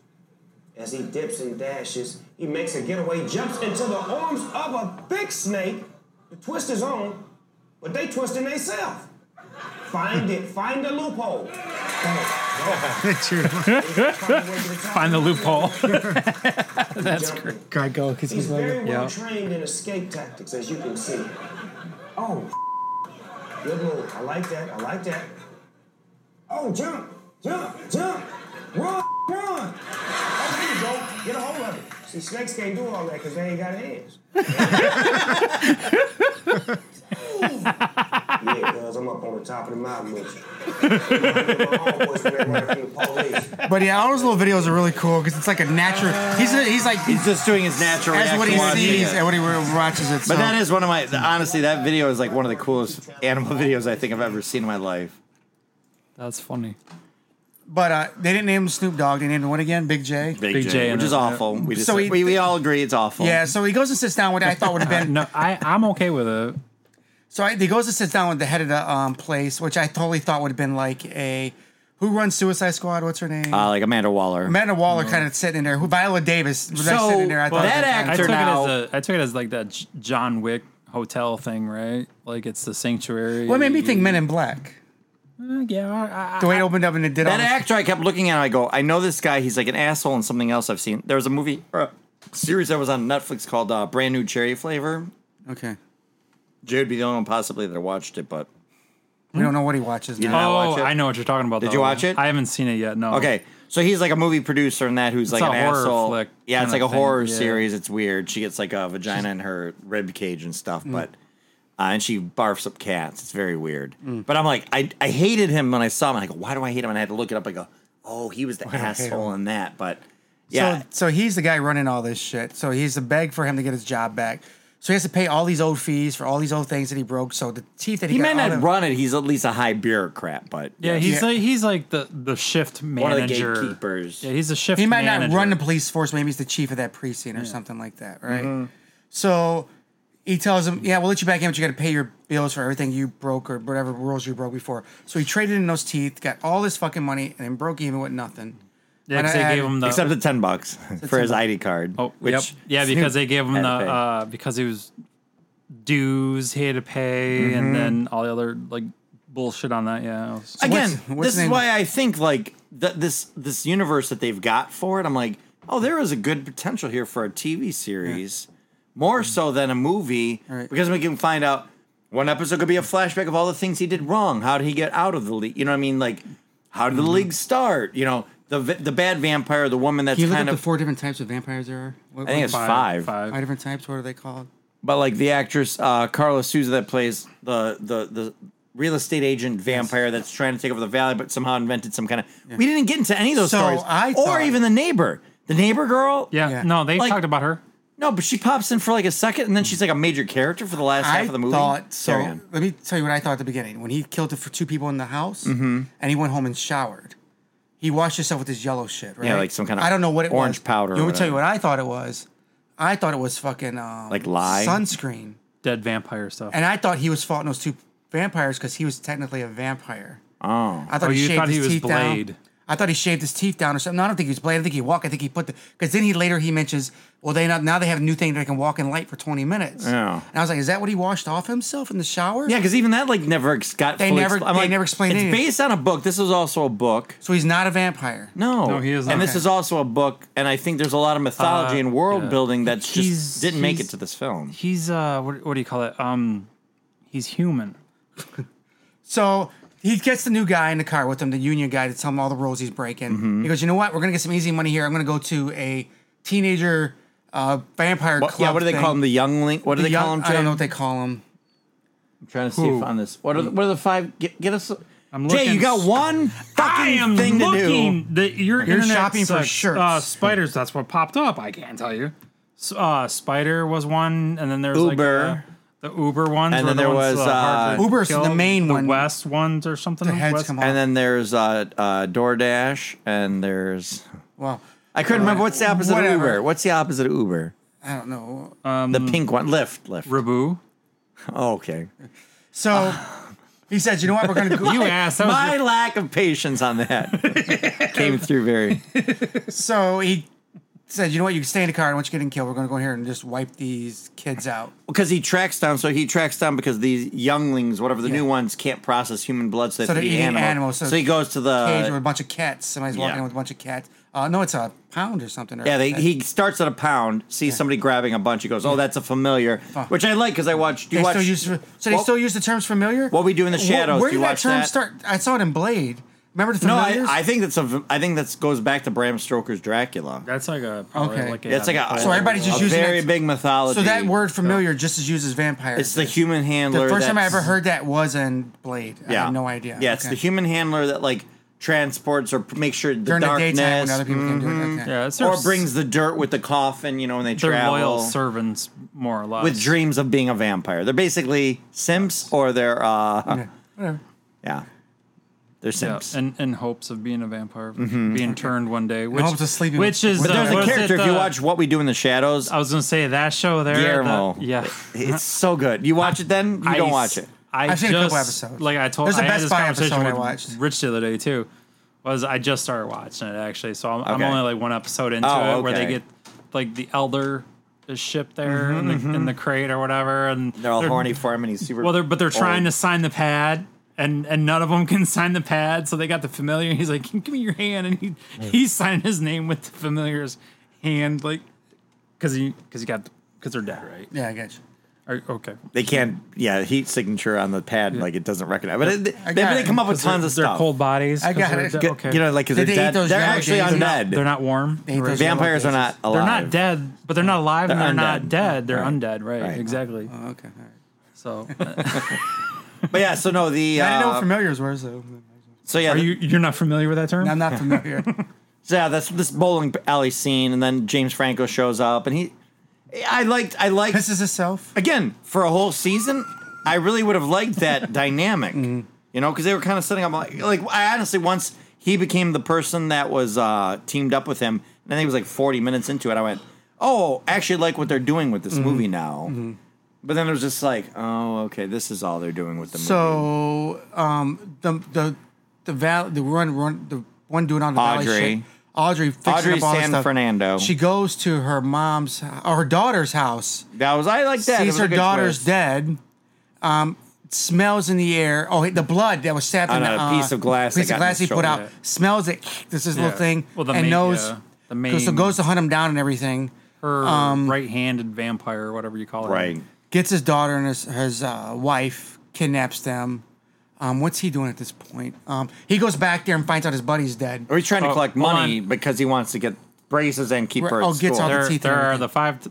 [SPEAKER 7] As he dips and dashes, he makes a getaway, jumps into the arms of a big snake. The twist is on, but they twisting themselves. Find it, find the loophole. Oh,
[SPEAKER 5] Find
[SPEAKER 7] find
[SPEAKER 5] the loophole.
[SPEAKER 7] That's great.
[SPEAKER 4] Gotta go because
[SPEAKER 7] He's
[SPEAKER 4] he's later.
[SPEAKER 7] very well trained in escape tactics, as you can see. Oh, good move. I like that. I like that. Oh, jump, jump, jump. Run, run. Oh, here you go. Get a hold of it. See, snakes can't do all that because they ain't got hands. yeah, cuz I'm up on the top of the mountain with you. My homeboys when they run from the police.
[SPEAKER 4] But yeah, all those little videos are really cool because it's like a natural. He's a, he's like
[SPEAKER 3] He's just doing his natural
[SPEAKER 4] that's
[SPEAKER 3] reaction
[SPEAKER 4] what he
[SPEAKER 3] watching
[SPEAKER 4] sees
[SPEAKER 3] it.
[SPEAKER 4] and what he watches it.
[SPEAKER 3] But that is one of my honestly. That video is like one of the coolest animal videos I think I've ever seen in my life.
[SPEAKER 5] That's funny.
[SPEAKER 4] But uh, they didn't name him Snoop Dogg. They named him what again? Big J.
[SPEAKER 5] Big J in
[SPEAKER 3] which
[SPEAKER 5] it,
[SPEAKER 3] is
[SPEAKER 5] yeah.
[SPEAKER 3] awful. We just
[SPEAKER 4] So he-
[SPEAKER 3] we, we all agree it's awful.
[SPEAKER 4] Yeah. So he goes and sits down with I thought would have been
[SPEAKER 5] No, I I'm okay with it.
[SPEAKER 4] So I, he goes and sits down with the head of the um, place, which I totally thought would have been like a who runs Suicide Squad? What's her name?
[SPEAKER 3] uh, like Amanda Waller.
[SPEAKER 4] Amanda Waller kind of sitting in there. Who Viola Davis was like
[SPEAKER 3] So,
[SPEAKER 4] sitting there. I thought
[SPEAKER 3] that
[SPEAKER 4] it was kinda-
[SPEAKER 5] I
[SPEAKER 3] Actor
[SPEAKER 5] took
[SPEAKER 3] now-
[SPEAKER 5] it as a I took it as like that J- John Wick hotel thing, right? Like it's the sanctuary.
[SPEAKER 4] What made me think Men in Black?
[SPEAKER 5] Uh, yeah, I- I-
[SPEAKER 4] The way it opened up and it did
[SPEAKER 3] that
[SPEAKER 4] all this-
[SPEAKER 3] actor I kept looking at, him, I go, I know this guy. He's like an asshole in something else I've seen. There was a movie or a series that was on Netflix called uh, Brand New Cherry Flavor.
[SPEAKER 4] Okay,
[SPEAKER 3] Jay would be the only one possibly that watched it, but
[SPEAKER 4] we don't know what he watches.
[SPEAKER 3] You
[SPEAKER 4] Now.
[SPEAKER 3] know. I
[SPEAKER 5] Oh,
[SPEAKER 3] watch it?
[SPEAKER 5] I know what you're talking about.
[SPEAKER 3] Did
[SPEAKER 5] though.
[SPEAKER 3] you watch it?
[SPEAKER 5] I haven't seen it yet. No.
[SPEAKER 3] okay. So he's like a movie producer and that who's like
[SPEAKER 5] a
[SPEAKER 3] an
[SPEAKER 5] horror
[SPEAKER 3] asshole.
[SPEAKER 5] flick
[SPEAKER 3] yeah, it's like
[SPEAKER 5] kinda
[SPEAKER 3] a horror
[SPEAKER 5] thing, yeah.
[SPEAKER 3] series. It's weird. She gets like a vagina in her rib cage and stuff,
[SPEAKER 5] Mm.
[SPEAKER 3] but uh, and she barfs up cats. It's very weird.
[SPEAKER 5] Mm.
[SPEAKER 3] But I'm like, I I hated him when I saw him. I go, why do I hate him? And I had to look it up. I go, oh, he was the
[SPEAKER 4] do I hate
[SPEAKER 3] asshole in that. But
[SPEAKER 4] So,
[SPEAKER 3] yeah,
[SPEAKER 4] so he's the guy running all this shit. So he's a beg for him to get his job back. So he has to pay all these old fees for all these old things that he broke. So the teeth that he,
[SPEAKER 3] he
[SPEAKER 4] got
[SPEAKER 3] may
[SPEAKER 4] all
[SPEAKER 3] not
[SPEAKER 4] them-
[SPEAKER 3] run it. He's at least a high bureaucrat, but
[SPEAKER 5] Yeah, he's
[SPEAKER 4] Yeah.
[SPEAKER 5] like he's like the the shift manager.
[SPEAKER 3] one of the gatekeepers.
[SPEAKER 5] Yeah, he's a shift.
[SPEAKER 4] He might
[SPEAKER 5] manager.
[SPEAKER 4] not run the police force. Maybe he's the chief of that precinct or something like that, right?
[SPEAKER 3] Mm-hmm.
[SPEAKER 4] So he tells him, "Yeah, we'll let you back in, but you got to pay your bills for everything you broke or whatever rules you broke before." So he traded in those teeth, got all this fucking money, and then broke even with nothing.
[SPEAKER 5] Yeah, 'cause
[SPEAKER 4] And I-
[SPEAKER 5] they gave him the
[SPEAKER 3] Except the ten bucks for his ID card.
[SPEAKER 5] oh, yep. yeah because they gave him the
[SPEAKER 3] had to pay.
[SPEAKER 5] uh, because he was dues he had to pay
[SPEAKER 4] Mm-hmm.
[SPEAKER 5] and then all the other like bullshit on that. Yeah. it was-
[SPEAKER 3] again,
[SPEAKER 4] What's- what's
[SPEAKER 3] this is
[SPEAKER 4] name-
[SPEAKER 3] why I think like th- this this universe that they've got for it. I'm like, oh, there is a good potential here for a TV series, more so than a movie,
[SPEAKER 4] Right.
[SPEAKER 3] because we can find out one episode could be a flashback of all the things he did wrong. How did he get out of the league? You know what I mean? Like, how did the league start? You know, the v- the bad vampire, the woman that's
[SPEAKER 4] Can you look
[SPEAKER 3] kind
[SPEAKER 4] up
[SPEAKER 3] of
[SPEAKER 4] the four different types of vampires there are? What,
[SPEAKER 3] I think it's five.
[SPEAKER 5] five.
[SPEAKER 4] five different types. What are they called?
[SPEAKER 3] But like the actress uh, Carla Souza that plays the the the real estate agent vampire that's trying to take over the valley, but somehow invented some kind of. We didn't get into any of those
[SPEAKER 4] So
[SPEAKER 3] stories,
[SPEAKER 4] I
[SPEAKER 3] or
[SPEAKER 4] thought-
[SPEAKER 3] even the neighbor, the neighbor girl.
[SPEAKER 5] Yeah.
[SPEAKER 4] Yeah.
[SPEAKER 5] No, they
[SPEAKER 3] Like-
[SPEAKER 5] talked about her.
[SPEAKER 3] No, but she pops in for like a second, and then she's like a major character for the last half of the movie.
[SPEAKER 4] thought
[SPEAKER 3] Carry
[SPEAKER 4] so.
[SPEAKER 3] on.
[SPEAKER 4] Let me tell you what I thought at the beginning. When he killed it for two people in the house,
[SPEAKER 3] Mm-hmm.
[SPEAKER 4] and he went home and showered, he washed himself with this yellow shit, right?
[SPEAKER 3] Yeah, like some kind of
[SPEAKER 4] I don't know what it
[SPEAKER 3] orange
[SPEAKER 4] was.
[SPEAKER 3] powder or
[SPEAKER 4] You want me to tell you what
[SPEAKER 3] whatever.
[SPEAKER 4] I thought it was? I thought it was fucking um,
[SPEAKER 3] Like lye?
[SPEAKER 4] sunscreen,
[SPEAKER 5] Dead vampire stuff.
[SPEAKER 4] and I thought he was fighting those two vampires because he was technically a vampire.
[SPEAKER 3] Oh,
[SPEAKER 4] I thought
[SPEAKER 5] Oh,
[SPEAKER 4] he
[SPEAKER 5] you
[SPEAKER 4] shaved
[SPEAKER 5] thought
[SPEAKER 4] his
[SPEAKER 5] he was
[SPEAKER 4] teeth
[SPEAKER 5] Blade.
[SPEAKER 4] down. I thought he shaved his teeth down or something. No, I don't think he was blade. I think he walked. I think he put the because then he later he mentions well they not, now they have a new thing that they can walk in light for twenty minutes.
[SPEAKER 3] Yeah.
[SPEAKER 4] And I was like, is that what he washed off himself in the shower?
[SPEAKER 3] yeah, because even that like never ex- got.
[SPEAKER 4] They
[SPEAKER 3] fully
[SPEAKER 4] never-
[SPEAKER 3] expl-
[SPEAKER 4] they never explained
[SPEAKER 3] It's
[SPEAKER 4] anything.
[SPEAKER 3] based on a book. This is also a book.
[SPEAKER 4] So he's not a vampire.
[SPEAKER 3] No,
[SPEAKER 5] No, he is
[SPEAKER 3] And
[SPEAKER 5] not.
[SPEAKER 3] this is also a book, and I think there's a lot of mythology
[SPEAKER 5] Uh,
[SPEAKER 3] and world
[SPEAKER 5] yeah.
[SPEAKER 3] building that's
[SPEAKER 5] He's-
[SPEAKER 3] just didn't make
[SPEAKER 5] he's-
[SPEAKER 3] it to this film.
[SPEAKER 5] He's uh, what, what do you call it? Um, he's human.
[SPEAKER 4] So he gets the new guy in the car with him, the union guy, to tell him all the rules he's breaking.
[SPEAKER 3] Mm-hmm.
[SPEAKER 4] He goes, you know what? We're gonna get some easy money here. I'm gonna go to a teenager uh, vampire
[SPEAKER 3] What,
[SPEAKER 4] club.
[SPEAKER 3] yeah, what do they
[SPEAKER 4] thing.
[SPEAKER 3] call him? The youngling? What do
[SPEAKER 4] The
[SPEAKER 3] they call
[SPEAKER 4] young-
[SPEAKER 3] him?
[SPEAKER 4] I don't
[SPEAKER 3] Jay?
[SPEAKER 4] know what they call him.
[SPEAKER 3] I'm trying to see
[SPEAKER 5] Who?
[SPEAKER 3] if on this. What are the, what are the five? Get, get us.
[SPEAKER 5] I'm
[SPEAKER 3] Jay, you
[SPEAKER 5] looking-
[SPEAKER 3] got one fucking thing to do.
[SPEAKER 5] The, your
[SPEAKER 4] You're
[SPEAKER 5] internet
[SPEAKER 4] shopping for
[SPEAKER 5] sucks.
[SPEAKER 4] shirts.
[SPEAKER 5] Uh, spiders. That's what popped up. I can't tell you. S- uh, spider was one, and then there was
[SPEAKER 3] Uber.
[SPEAKER 5] Like, uh, the Uber ones,
[SPEAKER 3] And
[SPEAKER 5] were
[SPEAKER 3] then
[SPEAKER 5] the
[SPEAKER 3] there
[SPEAKER 5] ones,
[SPEAKER 3] was,
[SPEAKER 5] uh, hard to
[SPEAKER 4] uh, Uber's
[SPEAKER 5] kill.
[SPEAKER 4] the main
[SPEAKER 5] the
[SPEAKER 4] one.
[SPEAKER 5] West ones or something.
[SPEAKER 4] The heads
[SPEAKER 5] West-
[SPEAKER 4] come off.
[SPEAKER 3] And then there's uh, uh, DoorDash, and there's
[SPEAKER 4] Well,
[SPEAKER 3] I couldn't remember what's the opposite
[SPEAKER 4] whatever. Um,
[SPEAKER 3] of Uber. What's the opposite of Uber?
[SPEAKER 4] I don't know.
[SPEAKER 3] the pink one, Lyft, Lyft.
[SPEAKER 5] Rabu.
[SPEAKER 3] oh, okay.
[SPEAKER 4] So he says, you know what? We're gonna go.
[SPEAKER 5] You ass. That was
[SPEAKER 3] My lack of patience on that came through very.
[SPEAKER 4] So he said, you know what, you can stay in the car and once you get in kill, we're gonna go in here and just wipe these kids out.
[SPEAKER 3] because he tracks down. So he tracks down because these younglings, whatever the new ones, can't process human blood, so they
[SPEAKER 4] So
[SPEAKER 3] have to
[SPEAKER 4] they're
[SPEAKER 3] eat
[SPEAKER 4] eating
[SPEAKER 3] animal.
[SPEAKER 4] animals,
[SPEAKER 3] So,
[SPEAKER 4] so
[SPEAKER 3] he goes to
[SPEAKER 4] Cage with
[SPEAKER 3] the
[SPEAKER 4] a bunch of cats. Somebody's walking
[SPEAKER 3] Uh, yeah.
[SPEAKER 4] in with a bunch of cats. Uh, no, it's a pound or something. Or
[SPEAKER 3] yeah. They, he starts at a pound, sees somebody grabbing a bunch. He goes, "Oh, that's a familiar," which I like because I watched. You
[SPEAKER 4] they
[SPEAKER 3] watch
[SPEAKER 4] still use so they
[SPEAKER 3] Well-
[SPEAKER 4] still use the terms familiar.
[SPEAKER 3] What We Do in the
[SPEAKER 4] Wh-
[SPEAKER 3] Shadows,
[SPEAKER 4] Where
[SPEAKER 3] do
[SPEAKER 4] did
[SPEAKER 3] you
[SPEAKER 4] that
[SPEAKER 3] watch
[SPEAKER 4] term
[SPEAKER 3] that?
[SPEAKER 4] start? I saw it in Blade. Remember the
[SPEAKER 3] No,
[SPEAKER 4] familiars?
[SPEAKER 3] I, I think that's a. I think that's goes back to Bram Stoker's Dracula.
[SPEAKER 5] That's like a probably
[SPEAKER 4] Okay.
[SPEAKER 5] like a,
[SPEAKER 3] That's like a
[SPEAKER 4] So everybody's just
[SPEAKER 3] a
[SPEAKER 4] using
[SPEAKER 3] very
[SPEAKER 4] that-
[SPEAKER 3] big mythology.
[SPEAKER 4] so that word familiar just as used as vampire.
[SPEAKER 3] It's the human handler.
[SPEAKER 4] The first time I
[SPEAKER 3] that's-
[SPEAKER 4] ever heard that was in Blade. I had no idea.
[SPEAKER 3] Yeah, it's
[SPEAKER 4] Okay.
[SPEAKER 3] the human handler that like transports or p- makes sure the
[SPEAKER 4] during
[SPEAKER 3] darkness mm-hmm.
[SPEAKER 4] the daytime when other people can do it. Okay.
[SPEAKER 5] yeah, it's their,
[SPEAKER 3] or brings the dirt with the coffin. You know when they
[SPEAKER 5] their
[SPEAKER 3] travel
[SPEAKER 5] loyal servants more or less
[SPEAKER 3] with dreams of being a vampire. They're basically simps or they're uh yeah,
[SPEAKER 4] Yeah, Whatever.
[SPEAKER 3] they're
[SPEAKER 5] Yeah,
[SPEAKER 3] simps.
[SPEAKER 5] and in hopes of being a vampire,
[SPEAKER 3] Mm-hmm.
[SPEAKER 5] being turned one day, which
[SPEAKER 4] hopes of sleeping
[SPEAKER 5] which
[SPEAKER 4] with-
[SPEAKER 5] is
[SPEAKER 3] but
[SPEAKER 5] uh, Uh-huh.
[SPEAKER 3] there's
[SPEAKER 5] what
[SPEAKER 3] a
[SPEAKER 5] is it,
[SPEAKER 3] character if you
[SPEAKER 5] the-
[SPEAKER 3] watch What We Do in the Shadows.
[SPEAKER 5] I was gonna say that show there. the-
[SPEAKER 3] Guillermo.
[SPEAKER 5] yeah,
[SPEAKER 3] It's so good. You watch it then? You
[SPEAKER 5] I
[SPEAKER 3] don't
[SPEAKER 5] s-
[SPEAKER 3] watch it.
[SPEAKER 5] I
[SPEAKER 4] I've seen a
[SPEAKER 5] just,
[SPEAKER 4] couple episodes.
[SPEAKER 5] Like I told,
[SPEAKER 4] There's a
[SPEAKER 5] I had
[SPEAKER 4] Best
[SPEAKER 5] this
[SPEAKER 4] Buy
[SPEAKER 5] conversation
[SPEAKER 4] episode I
[SPEAKER 5] with
[SPEAKER 4] watched.
[SPEAKER 5] Rich the other day too. Was I just started watching it actually? So I'm, I'm
[SPEAKER 3] Okay.
[SPEAKER 5] only like one episode into
[SPEAKER 3] Oh,
[SPEAKER 5] it where they
[SPEAKER 3] okay.
[SPEAKER 5] get like the elder is ship there
[SPEAKER 4] Mm-hmm,
[SPEAKER 5] in, the, in the crate or whatever, and
[SPEAKER 3] They're all horny for him and he's super
[SPEAKER 5] Well, they're but they're trying
[SPEAKER 3] old.
[SPEAKER 5] to sign the pad. And, and none of them can sign the pad, so they got the familiar. He's like, "Give me your hand," and he
[SPEAKER 4] Mm.
[SPEAKER 5] he's signing his name with the familiar's hand, like because he because he got because they're dead, right?
[SPEAKER 4] Yeah, I got you.
[SPEAKER 5] Are- okay,
[SPEAKER 3] They can't, yeah, heat signature on the pad, like it doesn't recognize. But it, they,
[SPEAKER 4] got
[SPEAKER 3] they
[SPEAKER 4] it.
[SPEAKER 3] come up with
[SPEAKER 5] 'Cause they're-
[SPEAKER 3] tons of
[SPEAKER 5] they're
[SPEAKER 3] stuff.
[SPEAKER 5] cold bodies.
[SPEAKER 4] I
[SPEAKER 5] 'cause
[SPEAKER 4] got
[SPEAKER 5] they're
[SPEAKER 4] it.
[SPEAKER 5] dead.
[SPEAKER 3] Get-
[SPEAKER 5] Okay,
[SPEAKER 3] You know, like 'cause
[SPEAKER 4] Did
[SPEAKER 3] they're
[SPEAKER 4] they eat
[SPEAKER 3] dead.
[SPEAKER 4] those
[SPEAKER 3] They're
[SPEAKER 4] yellow
[SPEAKER 3] actually
[SPEAKER 4] daisies?
[SPEAKER 3] undead.
[SPEAKER 5] They're not warm.
[SPEAKER 4] They ate
[SPEAKER 5] Right.
[SPEAKER 4] those
[SPEAKER 3] Vampires are
[SPEAKER 4] yellow
[SPEAKER 3] not
[SPEAKER 4] daisies.
[SPEAKER 3] alive.
[SPEAKER 5] They're not dead, but they're not alive. and
[SPEAKER 3] They're
[SPEAKER 5] They're not
[SPEAKER 3] undead.
[SPEAKER 5] dead. They're
[SPEAKER 3] Right.
[SPEAKER 5] undead, right?
[SPEAKER 3] Right. Uh,
[SPEAKER 5] Exactly.
[SPEAKER 4] Oh, okay. All right.
[SPEAKER 5] So,
[SPEAKER 3] But yeah, so no, the
[SPEAKER 4] I didn't know what
[SPEAKER 3] uh,
[SPEAKER 4] familiars were. So
[SPEAKER 3] so yeah,
[SPEAKER 5] are
[SPEAKER 3] the-
[SPEAKER 5] you you're not familiar with that term?
[SPEAKER 4] I'm not familiar.
[SPEAKER 3] so yeah, that's this bowling alley scene, and then James Franco shows up, and he, I liked, I liked
[SPEAKER 4] this is a self.
[SPEAKER 3] again for a whole season. I really would have liked that dynamic,
[SPEAKER 4] Mm-hmm.
[SPEAKER 3] you know, because they were kind of setting up like, like I honestly once he became the person that was uh, teamed up with him, and I think it was like forty minutes into it, I went, oh, I actually like what they're doing with this
[SPEAKER 4] Mm-hmm.
[SPEAKER 3] movie now. But then it was just like, oh, okay, this is all they're doing with the movie.
[SPEAKER 4] So um, the the the val the one run the one dude on the
[SPEAKER 3] Audrey.
[SPEAKER 4] valley shit. Audrey fixing
[SPEAKER 3] Audrey
[SPEAKER 4] up all this
[SPEAKER 3] San
[SPEAKER 4] stuff.
[SPEAKER 3] Fernando.
[SPEAKER 4] She goes to her mom's or her daughter's house.
[SPEAKER 3] That was I like that. It
[SPEAKER 4] sees
[SPEAKER 3] was a
[SPEAKER 4] her
[SPEAKER 3] good
[SPEAKER 4] daughter's
[SPEAKER 3] twist.
[SPEAKER 4] dead. Um, smells in the air. Oh, the blood that was stabbed
[SPEAKER 3] On
[SPEAKER 4] in the,
[SPEAKER 3] a
[SPEAKER 4] uh,
[SPEAKER 3] piece of glass that
[SPEAKER 4] Piece
[SPEAKER 3] got
[SPEAKER 4] of
[SPEAKER 3] in
[SPEAKER 4] glass he
[SPEAKER 3] his
[SPEAKER 4] put out.
[SPEAKER 3] shoulder.
[SPEAKER 4] Smells it. This is
[SPEAKER 5] Yeah.
[SPEAKER 4] little thing.
[SPEAKER 5] Well, the
[SPEAKER 4] and
[SPEAKER 5] main-
[SPEAKER 4] knows.
[SPEAKER 5] yeah, the
[SPEAKER 4] goes- so
[SPEAKER 5] main-
[SPEAKER 4] goes um, to hunt him down and everything.
[SPEAKER 5] Her right-handed vampire, or whatever you call it.
[SPEAKER 3] Right.
[SPEAKER 4] Gets his daughter and his his uh, wife. Kidnaps them. Um, what's he doing at this point? Um, he goes back there and finds out his buddy's dead.
[SPEAKER 3] Or he's trying to
[SPEAKER 5] Oh,
[SPEAKER 3] collect
[SPEAKER 5] hold
[SPEAKER 3] money because he wants to get braces and keep
[SPEAKER 4] Right,
[SPEAKER 3] her at
[SPEAKER 4] oh, gets
[SPEAKER 3] school.
[SPEAKER 4] all
[SPEAKER 5] There,
[SPEAKER 4] teeth and
[SPEAKER 5] there are
[SPEAKER 4] everything.
[SPEAKER 5] the five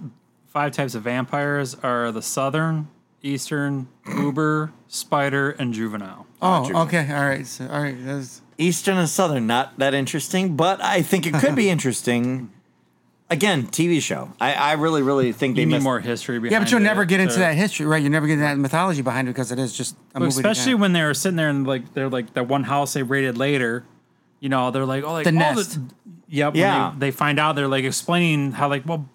[SPEAKER 5] five types of vampires: are the southern, eastern, uber, spider, and juvenile.
[SPEAKER 4] Oh, okay, all right, so, all right. That's,
[SPEAKER 3] Eastern and Southern, not that interesting, but I think it could be interesting. Again, TV show. I, I really, really think they
[SPEAKER 5] You need
[SPEAKER 3] missed-
[SPEAKER 5] more history behind.
[SPEAKER 4] yeah, but you'll
[SPEAKER 5] it.
[SPEAKER 4] never get into
[SPEAKER 5] There-
[SPEAKER 4] that history, right? You never get into that mythology behind it because it is just a
[SPEAKER 5] Well,
[SPEAKER 4] movie. to
[SPEAKER 5] especially
[SPEAKER 4] kinda-
[SPEAKER 5] when they were sitting there and like they're like that one house they raided later. You know, they're like, oh, like
[SPEAKER 4] The
[SPEAKER 5] all
[SPEAKER 4] nest.
[SPEAKER 5] yep. when
[SPEAKER 3] Yeah.
[SPEAKER 5] They, they find out they're like explaining how like well,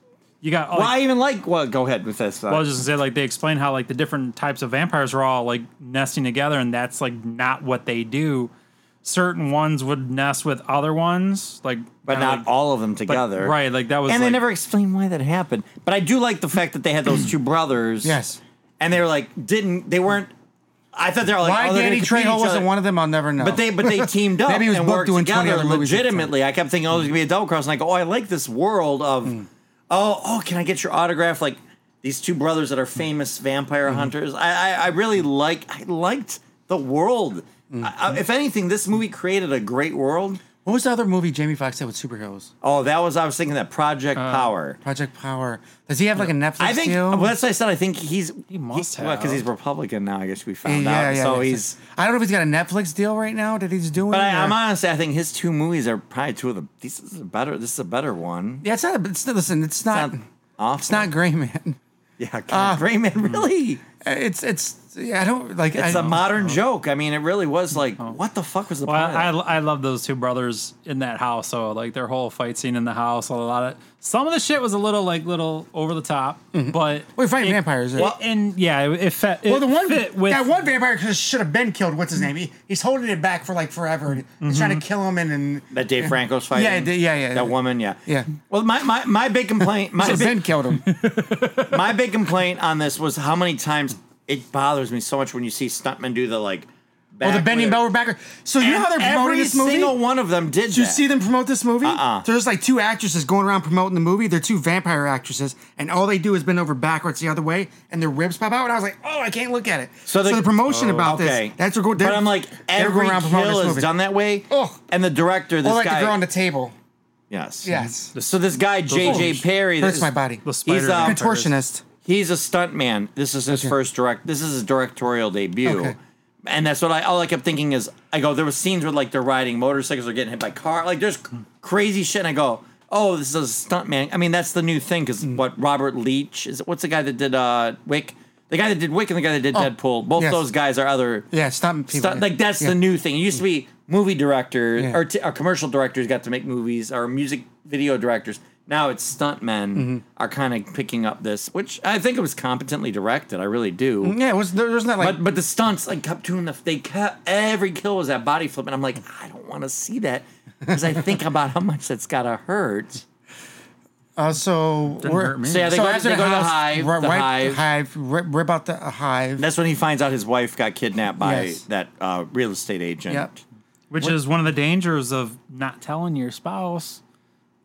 [SPEAKER 5] you got. Like,
[SPEAKER 3] Well, I even like. Well, go ahead with this. uh,
[SPEAKER 5] well, I was just gonna say like they explain how like the different types of vampires are all like nesting together, and that's like not what they do. Certain ones would nest with other ones, like
[SPEAKER 3] but
[SPEAKER 5] kinda
[SPEAKER 3] not
[SPEAKER 5] like-
[SPEAKER 3] all of them
[SPEAKER 5] but-
[SPEAKER 3] together.
[SPEAKER 5] right? Like that was
[SPEAKER 3] and they
[SPEAKER 5] like-
[SPEAKER 3] never explained why that happened. But I do like the fact that they had those two brothers.
[SPEAKER 4] Yes.
[SPEAKER 3] And they were like, didn't they weren't? I thought they were like,
[SPEAKER 4] why
[SPEAKER 3] oh, they're
[SPEAKER 4] Danny
[SPEAKER 3] gonna compete
[SPEAKER 4] Trejo
[SPEAKER 3] each
[SPEAKER 4] wasn't
[SPEAKER 3] other.
[SPEAKER 4] one of them, I'll never know.
[SPEAKER 3] But they but they teamed up
[SPEAKER 4] Maybe he was
[SPEAKER 3] and
[SPEAKER 4] booked
[SPEAKER 3] worked
[SPEAKER 4] doing 20
[SPEAKER 3] together
[SPEAKER 4] other movies at the time.
[SPEAKER 3] legitimately. I kept thinking, oh, there's gonna be a double cross, and I go, oh, I like this world of,
[SPEAKER 4] Hmm.
[SPEAKER 3] oh, oh, can I get your autograph? Like these two brothers that are
[SPEAKER 4] Hmm.
[SPEAKER 3] famous vampire hunters. I, I I really like I liked the world.
[SPEAKER 4] Hmm.
[SPEAKER 3] I, I, if anything, this movie created a great world.
[SPEAKER 4] What was the other movie Jamie Foxx did with superheroes?
[SPEAKER 3] Oh, that was I was thinking that Project
[SPEAKER 4] Uh,
[SPEAKER 3] Power.
[SPEAKER 4] Project Power. Does he have like a Netflix
[SPEAKER 3] I think
[SPEAKER 4] deal?
[SPEAKER 3] well, that's what I said. I think he's
[SPEAKER 5] He must
[SPEAKER 3] well, because
[SPEAKER 5] have.
[SPEAKER 3] he's Republican now. I guess we
[SPEAKER 4] yeah,
[SPEAKER 3] found
[SPEAKER 4] yeah,
[SPEAKER 3] out. so
[SPEAKER 4] yeah.
[SPEAKER 3] he's.
[SPEAKER 4] I don't know if he's got a Netflix deal right now that he's doing.
[SPEAKER 3] But I,
[SPEAKER 4] or-
[SPEAKER 3] I'm honestly, I think his two movies are probably two of the. This is a better. This is a better one.
[SPEAKER 4] yeah, it's not. It's not. Listen, it's not.
[SPEAKER 3] not awful.
[SPEAKER 4] It's not Gray Man. Hmm.
[SPEAKER 3] Yeah, God, Gray Man, really?
[SPEAKER 4] It's it's yeah, I don't like
[SPEAKER 3] It's
[SPEAKER 4] I,
[SPEAKER 3] a
[SPEAKER 4] Oh.
[SPEAKER 3] modern joke. I mean, it really was like, what the fuck was the
[SPEAKER 5] Well,
[SPEAKER 3] point?
[SPEAKER 5] I, I love those two brothers in that house. So like their whole fight scene in the house, a lot of some of the shit was a little like little over the top, but
[SPEAKER 4] We're Mm-hmm. fighting
[SPEAKER 5] it-
[SPEAKER 4] vampires,
[SPEAKER 5] it-
[SPEAKER 4] yeah.
[SPEAKER 5] and yeah, it, it, fe- it
[SPEAKER 4] well, the one
[SPEAKER 5] fit with
[SPEAKER 4] that one vampire just should have been killed. What's his name? He, he's holding it back for like forever. and He's trying to kill him, and, and
[SPEAKER 3] that Dave Franco's fighting.
[SPEAKER 4] Yeah, the- yeah, yeah.
[SPEAKER 3] That woman, yeah,
[SPEAKER 4] Yeah.
[SPEAKER 3] Well, my my, my big complaint, my
[SPEAKER 4] so
[SPEAKER 3] big,
[SPEAKER 4] Ben killed him.
[SPEAKER 3] my big complaint on this was how many times it bothers me so much when you see stuntmen do the like,
[SPEAKER 4] Well,
[SPEAKER 3] back
[SPEAKER 4] Oh, the
[SPEAKER 3] with
[SPEAKER 4] bending
[SPEAKER 3] it.
[SPEAKER 4] backward backer. So you know how they're
[SPEAKER 3] And
[SPEAKER 4] promoting
[SPEAKER 3] every
[SPEAKER 4] this movie?
[SPEAKER 3] single one of them did.
[SPEAKER 4] Did you
[SPEAKER 3] that.
[SPEAKER 4] see them promote this movie?
[SPEAKER 3] Uh-uh.
[SPEAKER 4] There's like two actresses going around promoting the movie. They're two vampire actresses, and all they do is bend over backwards the other way, and their ribs pop out. And I was like, oh, I can't look at it. So the, promotion about this, that's what go-
[SPEAKER 3] Oh, But
[SPEAKER 4] they're-
[SPEAKER 3] I'm like,
[SPEAKER 4] they're
[SPEAKER 3] every kill is
[SPEAKER 4] movie.
[SPEAKER 3] done that way.
[SPEAKER 4] Ugh.
[SPEAKER 3] And the director, this
[SPEAKER 4] Or like
[SPEAKER 3] guy,
[SPEAKER 4] the girl on the table.
[SPEAKER 3] yes,
[SPEAKER 4] Yes.
[SPEAKER 3] So this guy J.J.
[SPEAKER 5] Oh,
[SPEAKER 3] Perry,
[SPEAKER 4] hurts
[SPEAKER 3] this-
[SPEAKER 4] my body. The
[SPEAKER 5] spider
[SPEAKER 3] he's, um,
[SPEAKER 5] vampires.
[SPEAKER 4] Contortionist.
[SPEAKER 3] he's a stuntman. This is his first direct. This is his directorial debut.
[SPEAKER 4] Okay.
[SPEAKER 3] And that's what I all I kept thinking is I go there was scenes where like they're riding motorcycles or getting hit by car like there's c- crazy shit and I go oh this is a stuntman I mean that's the new thing because
[SPEAKER 4] Mm.
[SPEAKER 3] what Robert Leach is what's the guy that did uh Wick the guy that did Wick and the guy that did Deadpool both
[SPEAKER 4] Oh. yes.
[SPEAKER 3] those guys are other
[SPEAKER 4] Yeah, stunt people.
[SPEAKER 3] stunt like that's
[SPEAKER 4] Yeah.
[SPEAKER 3] the new thing it used to be movie director
[SPEAKER 4] Yeah.
[SPEAKER 3] or, t- or commercial directors got to make movies or music video directors now it's stuntmen are kind of picking up this which I think it was competently directed I really do
[SPEAKER 4] Yeah, it was, there wasn't that Mm-hmm. like.
[SPEAKER 3] but but the stunts like kept doing the they kept every kill was that body flip and I'm like I don't want to see that because I think about how much that's gotta hurt.
[SPEAKER 4] uh, so
[SPEAKER 5] hurt me.
[SPEAKER 3] So yeah, they go,
[SPEAKER 4] after
[SPEAKER 3] they go to the
[SPEAKER 4] house,
[SPEAKER 3] hive.
[SPEAKER 4] ri-
[SPEAKER 3] the
[SPEAKER 4] wipe-
[SPEAKER 3] hive.
[SPEAKER 4] hive, ri- rip out the uh, hive.
[SPEAKER 3] That's when he finds out his wife got kidnapped by
[SPEAKER 4] Yes.
[SPEAKER 3] that uh, real estate agent.
[SPEAKER 4] Yep.
[SPEAKER 5] which is one of the dangers of not telling your spouse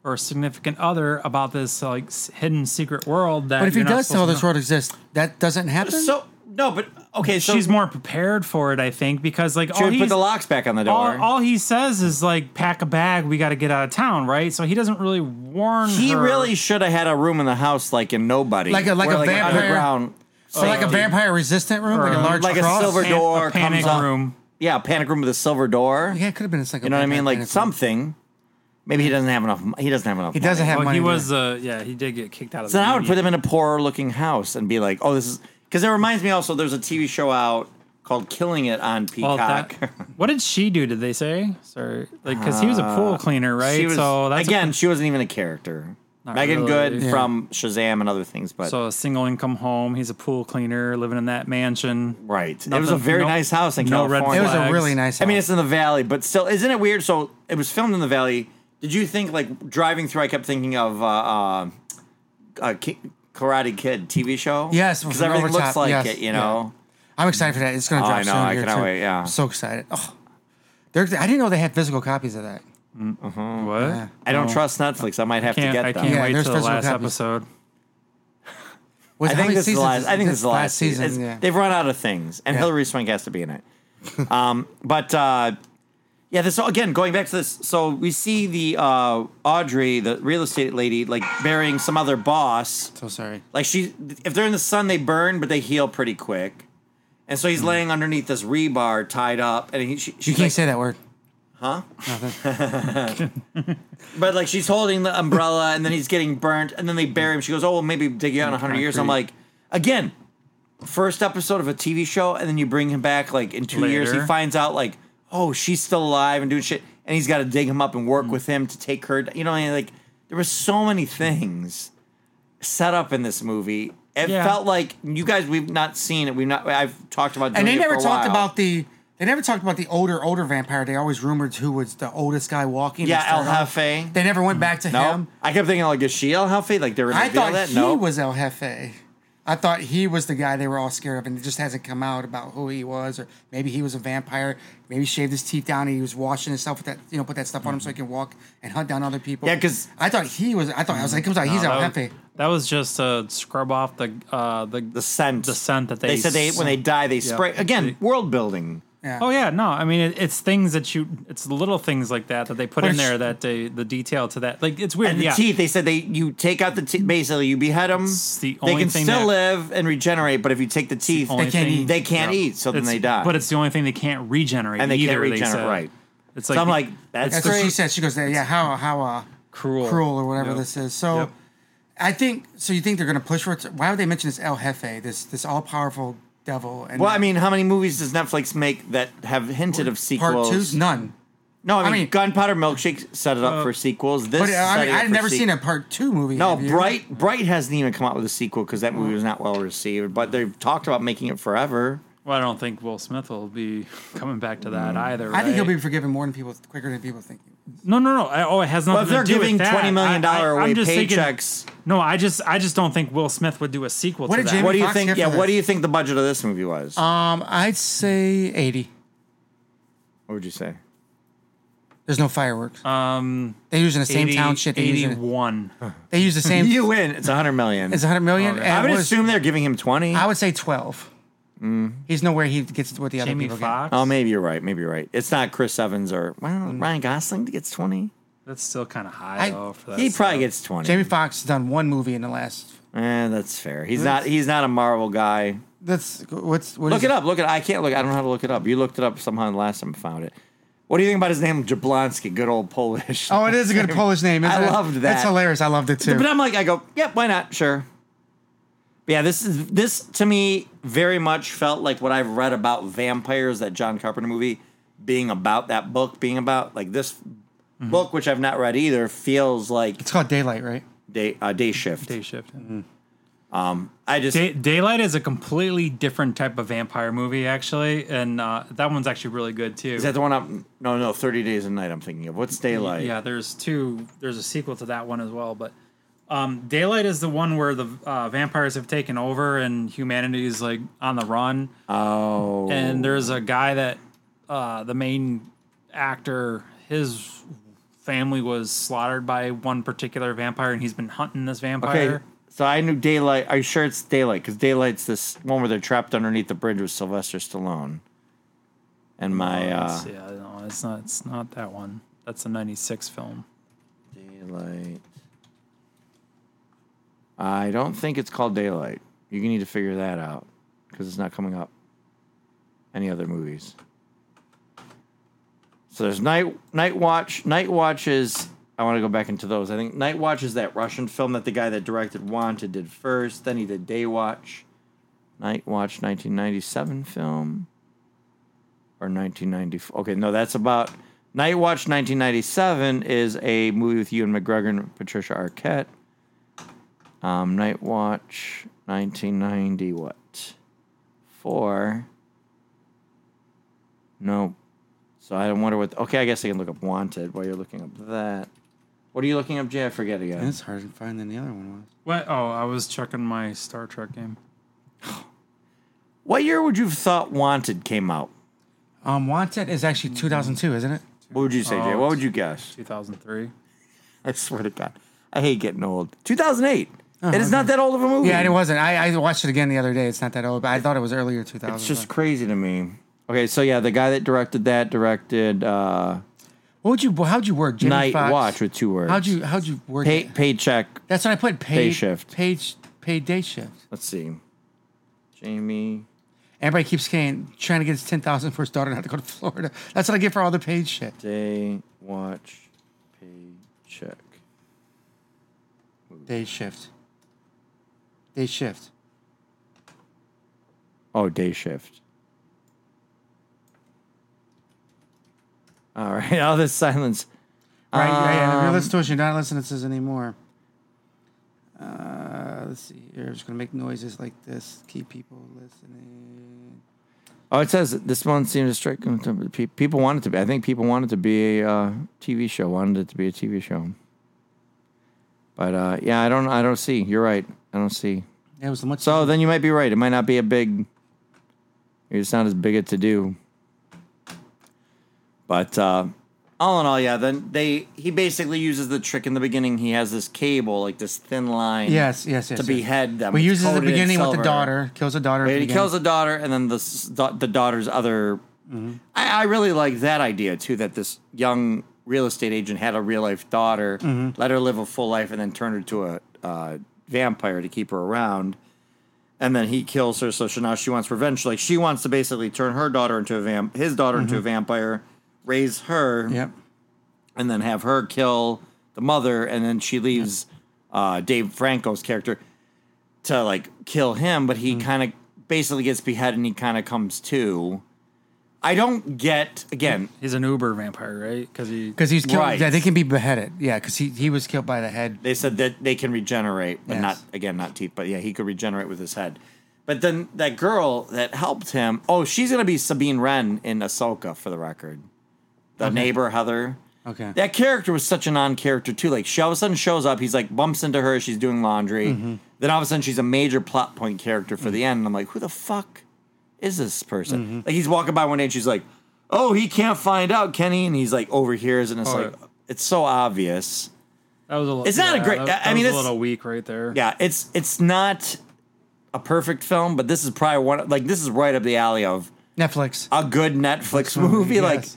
[SPEAKER 5] or significant other about this like s- hidden secret world. That
[SPEAKER 4] But if he
[SPEAKER 5] you're not
[SPEAKER 4] does tell
[SPEAKER 5] supposed to
[SPEAKER 4] this
[SPEAKER 5] know.
[SPEAKER 4] world exists, that doesn't happen.
[SPEAKER 3] So no, but okay, so
[SPEAKER 5] she's more prepared for it, I think, because like
[SPEAKER 3] she
[SPEAKER 5] all
[SPEAKER 3] would put
[SPEAKER 5] he's
[SPEAKER 3] the locks back on the door.
[SPEAKER 5] all, all he says is like pack a bag we got to get out of town right so he doesn't really warn
[SPEAKER 3] he
[SPEAKER 5] her.
[SPEAKER 3] really should have had a room in the house like in nobody,
[SPEAKER 4] Uh-huh. Like a- like
[SPEAKER 3] where,
[SPEAKER 4] a
[SPEAKER 3] an
[SPEAKER 4] vampire-
[SPEAKER 3] underground,
[SPEAKER 4] So like a
[SPEAKER 3] safety.
[SPEAKER 4] vampire resistant room, like a
[SPEAKER 5] Or-
[SPEAKER 4] large
[SPEAKER 3] like a
[SPEAKER 4] cross?
[SPEAKER 3] silver
[SPEAKER 5] Pan-
[SPEAKER 3] door
[SPEAKER 5] a panic
[SPEAKER 3] comes up.
[SPEAKER 5] room
[SPEAKER 3] yeah, a panic room with a silver door.
[SPEAKER 4] Yeah, it could have been a psycho.
[SPEAKER 3] You know what I mean? Like
[SPEAKER 4] panic room.
[SPEAKER 3] something. Maybe he doesn't have enough. m- He doesn't have enough.
[SPEAKER 4] He doesn't have
[SPEAKER 5] well,
[SPEAKER 4] money.
[SPEAKER 5] he
[SPEAKER 4] to-
[SPEAKER 5] was uh yeah he did get kicked out of
[SPEAKER 3] So
[SPEAKER 5] the
[SPEAKER 3] now I would put
[SPEAKER 5] union.
[SPEAKER 3] them in a poorer looking house and be like, oh, this is because it reminds me also. There's a TV show out called Killing It on
[SPEAKER 5] Well,
[SPEAKER 3] Peacock.
[SPEAKER 5] Oh,
[SPEAKER 3] Uh,
[SPEAKER 5] that, what did she do did they say sorry like because he was a pool cleaner right
[SPEAKER 3] She was,
[SPEAKER 5] so that's a-
[SPEAKER 3] again, she wasn't even a character.
[SPEAKER 5] Not
[SPEAKER 3] Megan
[SPEAKER 5] really.
[SPEAKER 3] Good
[SPEAKER 5] Yeah.
[SPEAKER 3] from Shazam and other things, but
[SPEAKER 5] so a single income home he's a pool cleaner living in that mansion
[SPEAKER 3] right, it was
[SPEAKER 5] Nothing-
[SPEAKER 3] a very
[SPEAKER 5] no-
[SPEAKER 3] nice house in
[SPEAKER 5] no red
[SPEAKER 3] California.
[SPEAKER 4] It was
[SPEAKER 5] flags.
[SPEAKER 4] a really nice.
[SPEAKER 3] I mean,
[SPEAKER 4] house.
[SPEAKER 3] it's in the valley, but still, isn't it weird? So it was filmed in the valley. Did you think like driving through? I kept thinking of uh, uh, uh, Ki- Karate Kid TV show.
[SPEAKER 4] Yes,
[SPEAKER 3] because
[SPEAKER 4] from
[SPEAKER 3] everything
[SPEAKER 4] Overtop,
[SPEAKER 3] looks like
[SPEAKER 4] yes,
[SPEAKER 3] it. You
[SPEAKER 4] yeah.
[SPEAKER 3] know,
[SPEAKER 4] I'm excited for that. It's gonna
[SPEAKER 3] Oh,
[SPEAKER 4] drop
[SPEAKER 3] I know,
[SPEAKER 4] soon.
[SPEAKER 3] I
[SPEAKER 4] here,
[SPEAKER 3] cannot
[SPEAKER 4] too.
[SPEAKER 3] wait, yeah.
[SPEAKER 4] I'm so excited. Oh, They're, I didn't know they had physical copies of that.
[SPEAKER 5] what
[SPEAKER 3] I don't trust Netflix. I might have
[SPEAKER 5] can't,
[SPEAKER 3] to
[SPEAKER 5] I
[SPEAKER 3] get them.
[SPEAKER 5] can't
[SPEAKER 4] Yeah,
[SPEAKER 5] wait
[SPEAKER 4] there's
[SPEAKER 5] till the
[SPEAKER 4] physical
[SPEAKER 5] last
[SPEAKER 4] copies.
[SPEAKER 5] episode
[SPEAKER 4] Was
[SPEAKER 3] I
[SPEAKER 4] how
[SPEAKER 3] think
[SPEAKER 4] many
[SPEAKER 3] this is the
[SPEAKER 4] seasons
[SPEAKER 3] last. I think this is the last season.
[SPEAKER 4] season.
[SPEAKER 3] It's-
[SPEAKER 4] Yeah.
[SPEAKER 3] They've run out of things, and
[SPEAKER 4] Yeah.
[SPEAKER 3] Hillary Swank has to be in it. um, but uh, yeah, this again going back to this. So we see the uh, Audrey, the real estate lady, like burying some other boss.
[SPEAKER 4] so sorry.
[SPEAKER 3] Like she, if they're in the sun, they burn, but they heal pretty quick. And so he's laying underneath this rebar, tied up, and he, she,
[SPEAKER 4] Hmm. You
[SPEAKER 3] she's
[SPEAKER 4] can't
[SPEAKER 3] like-
[SPEAKER 4] say that word.
[SPEAKER 3] But like she's holding the umbrella, and then he's getting burnt, and then they bury him. She goes, "Oh, well, maybe dig you out in hundred years." I'm like, again, first episode of a TV show, and then you bring him back like in two years. He
[SPEAKER 5] Later.
[SPEAKER 3] finds out like, oh, she's still alive and doing shit, and he's got to dig him up and
[SPEAKER 4] Mm.
[SPEAKER 3] work with him to take her. You know, and, like there were so many things set up in this movie. It
[SPEAKER 5] Yeah.
[SPEAKER 3] felt like you guys we've not seen it. We've not. I've talked about doing
[SPEAKER 4] And they
[SPEAKER 3] it
[SPEAKER 4] never
[SPEAKER 3] for a
[SPEAKER 4] talked
[SPEAKER 3] while.
[SPEAKER 4] about the. They never talked about the older, older vampire. They always rumored who was the oldest guy walking. to
[SPEAKER 3] Yeah, El
[SPEAKER 4] start off.
[SPEAKER 3] Jefe.
[SPEAKER 4] They never went back to
[SPEAKER 3] No,
[SPEAKER 4] him.
[SPEAKER 3] I kept thinking like, is she El Jefe? Like they reveal
[SPEAKER 4] I thought
[SPEAKER 3] that?
[SPEAKER 4] he
[SPEAKER 3] no,
[SPEAKER 4] was El Jefe. I thought he was the guy they were all scared of, and it just hasn't come out about who he was, or maybe he was a vampire. Maybe he shaved his teeth down and he was washing himself with that, you know, put that stuff on him so he can walk and hunt down other people.
[SPEAKER 3] Mm-hmm. Yeah, 'cause-
[SPEAKER 4] I thought he was. I thought I was like, it comes out he's El
[SPEAKER 5] that, was,
[SPEAKER 4] Jefe.
[SPEAKER 5] that was just to scrub off the uh the,
[SPEAKER 3] the scent.
[SPEAKER 5] the scent that they
[SPEAKER 3] they said they when they die they spray again world building.
[SPEAKER 4] Yeah.
[SPEAKER 5] Oh yeah, no. I mean, it, it's things that you. It's little things like that that they put
[SPEAKER 4] But
[SPEAKER 5] in
[SPEAKER 4] it's-
[SPEAKER 5] there that they the detail to that. Like it's weird.
[SPEAKER 3] And the
[SPEAKER 5] yeah.
[SPEAKER 3] teeth, they said they you take out the teeth. Basically, you behead them.
[SPEAKER 5] It's the
[SPEAKER 3] they
[SPEAKER 5] only
[SPEAKER 3] can
[SPEAKER 5] thing
[SPEAKER 3] still
[SPEAKER 5] that-
[SPEAKER 3] live and regenerate, but if you take the teeth,
[SPEAKER 5] only
[SPEAKER 3] they
[SPEAKER 4] can't
[SPEAKER 5] thing-
[SPEAKER 4] eat.
[SPEAKER 3] they can't
[SPEAKER 5] Yeah.
[SPEAKER 3] eat, so then
[SPEAKER 5] It's-
[SPEAKER 3] they die.
[SPEAKER 5] But it's the only thing they can't regenerate.
[SPEAKER 3] and they
[SPEAKER 5] either,
[SPEAKER 3] can't
[SPEAKER 5] said.
[SPEAKER 3] regenerate. Right.
[SPEAKER 5] It's
[SPEAKER 3] So
[SPEAKER 5] like
[SPEAKER 3] I'm like, that's,
[SPEAKER 4] That's what
[SPEAKER 3] great.
[SPEAKER 4] she said. She goes, yeah, how how uh,
[SPEAKER 5] Cruel.
[SPEAKER 4] cruel or whatever
[SPEAKER 5] Yep.
[SPEAKER 4] this is. So.
[SPEAKER 5] Yep.
[SPEAKER 4] I think so. You think they're going to push for it? Why would they mention this El Jefe, this this all powerful devil. And
[SPEAKER 3] Well, I mean, how many movies does Netflix make that have hinted of
[SPEAKER 4] part
[SPEAKER 3] sequels?
[SPEAKER 4] two's none.
[SPEAKER 3] No, I mean,
[SPEAKER 4] I mean-
[SPEAKER 3] Gunpowder Milkshake set it up for sequels. This,
[SPEAKER 4] But uh, I
[SPEAKER 3] set
[SPEAKER 4] mean,
[SPEAKER 3] it up
[SPEAKER 4] I've
[SPEAKER 3] for
[SPEAKER 4] never
[SPEAKER 3] sequ-
[SPEAKER 4] seen a part two movie.
[SPEAKER 3] No,
[SPEAKER 4] have you?
[SPEAKER 3] Bright Bright hasn't even come out with a sequel because that movie was not well received. But they've talked about making it forever.
[SPEAKER 5] Well, I don't think Will Smith will be coming back to
[SPEAKER 3] Mm.
[SPEAKER 5] that either.
[SPEAKER 4] I think he'll
[SPEAKER 5] right?
[SPEAKER 4] be forgiven more than people quicker than people think.
[SPEAKER 5] No, no, no. I, oh, it has
[SPEAKER 3] But
[SPEAKER 5] nothing
[SPEAKER 3] if they're
[SPEAKER 5] to do
[SPEAKER 3] giving
[SPEAKER 5] with that.
[SPEAKER 3] twenty million
[SPEAKER 5] I- I-
[SPEAKER 3] dollar
[SPEAKER 5] I'm
[SPEAKER 3] away
[SPEAKER 5] just thinking-
[SPEAKER 3] paychecks,
[SPEAKER 5] no, I just, I just don't think Will Smith would do a sequel
[SPEAKER 4] What
[SPEAKER 5] to
[SPEAKER 4] did
[SPEAKER 5] that.
[SPEAKER 4] Jamie
[SPEAKER 3] what do you
[SPEAKER 4] Foxx
[SPEAKER 3] think?
[SPEAKER 4] get for
[SPEAKER 3] Yeah, what do
[SPEAKER 4] this?
[SPEAKER 3] you think the budget of this movie was?
[SPEAKER 4] Um, I'd say eighty.
[SPEAKER 3] what would you say?
[SPEAKER 4] There's no fireworks.
[SPEAKER 5] um,
[SPEAKER 4] They're using the same
[SPEAKER 5] 80
[SPEAKER 4] town shit. They use, in-
[SPEAKER 5] Eighty-one.
[SPEAKER 4] they use the same.
[SPEAKER 3] You win. It's a hundred million.
[SPEAKER 4] It's 100 million.
[SPEAKER 5] Okay.
[SPEAKER 4] and
[SPEAKER 3] I would
[SPEAKER 4] what is-
[SPEAKER 3] assume they're giving him twenty.
[SPEAKER 4] I would say 12. He's nowhere he gets what the other
[SPEAKER 5] Jamie
[SPEAKER 4] people
[SPEAKER 5] Foxx.
[SPEAKER 3] oh, maybe you're right. Maybe you're right. It's not Chris Evans or well,
[SPEAKER 4] Mm.
[SPEAKER 3] Ryan Gosling gets twenty.
[SPEAKER 5] That's still kind of high
[SPEAKER 4] I-
[SPEAKER 5] though. For that
[SPEAKER 3] He
[SPEAKER 5] stuff.
[SPEAKER 3] probably gets twenty.
[SPEAKER 4] get. uh, Jamie Foxx has done one movie in the last.
[SPEAKER 3] Eh, that's fair. He's not. He's not a Marvel guy.
[SPEAKER 4] That's what's what
[SPEAKER 3] Look
[SPEAKER 4] Mm. is
[SPEAKER 3] it up. Look it. I can't look. I don't know how to look it up. You looked it up somehow the last time I found it. What do you think about his name, Jablonski? Good old Polish.
[SPEAKER 4] Oh, it is a good Polish name. Isn't
[SPEAKER 3] I
[SPEAKER 4] it?
[SPEAKER 3] loved that.
[SPEAKER 4] That's hilarious. I loved it too.
[SPEAKER 3] But I'm like, I go, yep, why not? Sure. But yeah, this is this to me very much felt like what I've read about vampires that John Carpenter movie being about that book being about like this
[SPEAKER 5] Mm-hmm.
[SPEAKER 3] book which I've not read either feels like
[SPEAKER 4] it's called Daylight, right?
[SPEAKER 3] day uh, day shift.
[SPEAKER 5] Day shift. Mm.
[SPEAKER 3] I just
[SPEAKER 5] Day, Daylight is a completely different type of vampire movie, actually, and uh, that one's actually really good too.
[SPEAKER 3] is that the one I'm no no Thirty Days a Night I'm thinking of. What's daylight?
[SPEAKER 5] Yeah, there's two. There's a sequel to that one as well. But um, Daylight is the one where the uh, vampires have taken over and humanity is like on the run.
[SPEAKER 3] Oh,
[SPEAKER 5] And there's a guy that uh, the main actor, his family was slaughtered by one particular vampire, and he's been hunting this vampire.
[SPEAKER 3] okay. So I knew daylight. Are you sure it's daylight? Because daylight's this one where they're trapped underneath the bridge with Sylvester Stallone. And my uh,
[SPEAKER 5] It's- yeah, no, it's not. It's not that one. That's a '96 film.
[SPEAKER 3] Daylight. I don't think it's called Daylight. You need to figure that out because it's not coming up. Any other movies? So there's Night Night Watch. Night Watch is. I want to go back into those. I think Night Watch is that Russian film that the guy that directed Wanted did first. Then he did Day Watch. Night Watch, 1997 film or 1994. Okay, no, that's about Night Watch 1997 is a movie with Ewan McGregor and Patricia Arquette. Um, Night Watch 1990 what? 4 No. So I wonder what Okay, I guess I can look up Wanted while you're looking up that. What are you looking up, Jay? I forget again.
[SPEAKER 4] It's harder to find than the other one was.
[SPEAKER 5] What? Oh, I was checking my Star Trek game.
[SPEAKER 3] What year would you have thought Wanted came out?
[SPEAKER 4] Um, Wanted is actually 2002, isn't it?
[SPEAKER 3] What would you say, Jay? What would you guess?
[SPEAKER 5] 2003.
[SPEAKER 3] I swear to God, I hate getting old. 2008. it is not that old of a movie.
[SPEAKER 4] Yeah, and it wasn't. I, I watched it again the other day. It's not that old, but I thought it was earlier 2000.
[SPEAKER 3] It's just crazy to me. Okay, so yeah, the guy that directed that directed uh,
[SPEAKER 4] what would you? How'd you work? Jamie
[SPEAKER 3] Night
[SPEAKER 4] Foxx?
[SPEAKER 3] Watch with two words.
[SPEAKER 4] How'd you? How'd you work?
[SPEAKER 3] pay,
[SPEAKER 4] it?
[SPEAKER 3] paycheck?
[SPEAKER 4] That's what I put. Paid
[SPEAKER 3] shift.
[SPEAKER 4] Page. Paid day shift.
[SPEAKER 3] Let's see, Jamie.
[SPEAKER 4] Everybody keeps saying trying to get his ten thousand for his daughter not to go to Florida. That's what I get for all the paid shit.
[SPEAKER 3] Day watch paycheck.
[SPEAKER 4] Day shift. Day shift.
[SPEAKER 3] Oh, day shift. All right, all this silence.
[SPEAKER 4] Right, right. yeah. If you're
[SPEAKER 3] Um,
[SPEAKER 4] listening to us, you're not listening to us anymore. Uh, let's see. You're just gonna make noises like this. Keep people listening.
[SPEAKER 3] Oh, it says this one seemed to strike pe- people wanted to be. I think people wanted to be a uh, TV show. Wanted it to be a TV show. But uh, yeah, I don't. I don't see. You're right. I don't see.
[SPEAKER 4] It was much.
[SPEAKER 3] So then you might be right. It might not be a big. It's not as big a to do. But uh, all in all, yeah. Then they he basically uses the trick in the beginning. He has this cable, like this thin line.
[SPEAKER 4] yes, yes, yes.
[SPEAKER 3] To
[SPEAKER 4] yes.
[SPEAKER 3] behead them.
[SPEAKER 4] We
[SPEAKER 3] It's
[SPEAKER 4] use it at the
[SPEAKER 3] coated in
[SPEAKER 4] beginning with the
[SPEAKER 3] silver.
[SPEAKER 4] daughter. Kills the daughter. at the
[SPEAKER 3] He
[SPEAKER 4] beginning.
[SPEAKER 3] kills the daughter, and then the s- da- the daughter's other.
[SPEAKER 4] Mm-hmm.
[SPEAKER 3] I, I really like that idea too. That this young real estate agent had a real life daughter,
[SPEAKER 4] Mm-hmm.
[SPEAKER 3] let her live a full life, and then turned her to a uh, vampire to keep her around. And then he kills her, so she, now she wants revenge. Like she wants to basically turn her daughter into a vamp, his daughter into a
[SPEAKER 4] Mm-hmm.
[SPEAKER 3] vampire, raise her,
[SPEAKER 4] Yep.
[SPEAKER 3] and then have her kill the mother, and then she leaves uh, Dave Franco's character to like kill him, but he kind of basically gets beheaded and he kind of comes to. I don't get again.
[SPEAKER 5] He's an Uber vampire, right? Because he
[SPEAKER 4] Because he's killed.
[SPEAKER 3] Right.
[SPEAKER 4] Yeah, they can be beheaded. Yeah, because he, he was killed by the head.
[SPEAKER 3] They said that they can regenerate, but
[SPEAKER 4] Yes.
[SPEAKER 3] not again, not teeth. But yeah, he could regenerate with his head. But then that girl that helped him. Oh, she's gonna be Sabine Wren in Ahsoka, for the record. The neighbor Heather.
[SPEAKER 4] Okay.
[SPEAKER 3] That character was such a non-character too. Like she all of a sudden shows up. He's like bumps into her. She's doing laundry.
[SPEAKER 4] Mm-hmm.
[SPEAKER 3] Then all of a sudden she's a major plot point character for the end. And I'm like, who the fuck is this person?
[SPEAKER 4] Mm-hmm.
[SPEAKER 3] Like he's walking by one day and she's like, oh, he can't find out Kenny, and he's like overhears and it's
[SPEAKER 5] Oh,
[SPEAKER 3] like it's so obvious.
[SPEAKER 5] that was a little.
[SPEAKER 3] It's not a
[SPEAKER 5] yeah,
[SPEAKER 3] great-
[SPEAKER 5] That,
[SPEAKER 3] I- I
[SPEAKER 5] that
[SPEAKER 3] mean,
[SPEAKER 5] was a
[SPEAKER 3] it's-
[SPEAKER 5] little weak right there.
[SPEAKER 3] Yeah, it's it's not a perfect film, but this is probably one like this is right up the alley of
[SPEAKER 4] Netflix.
[SPEAKER 3] a good Netflix movie. Like
[SPEAKER 4] Yes.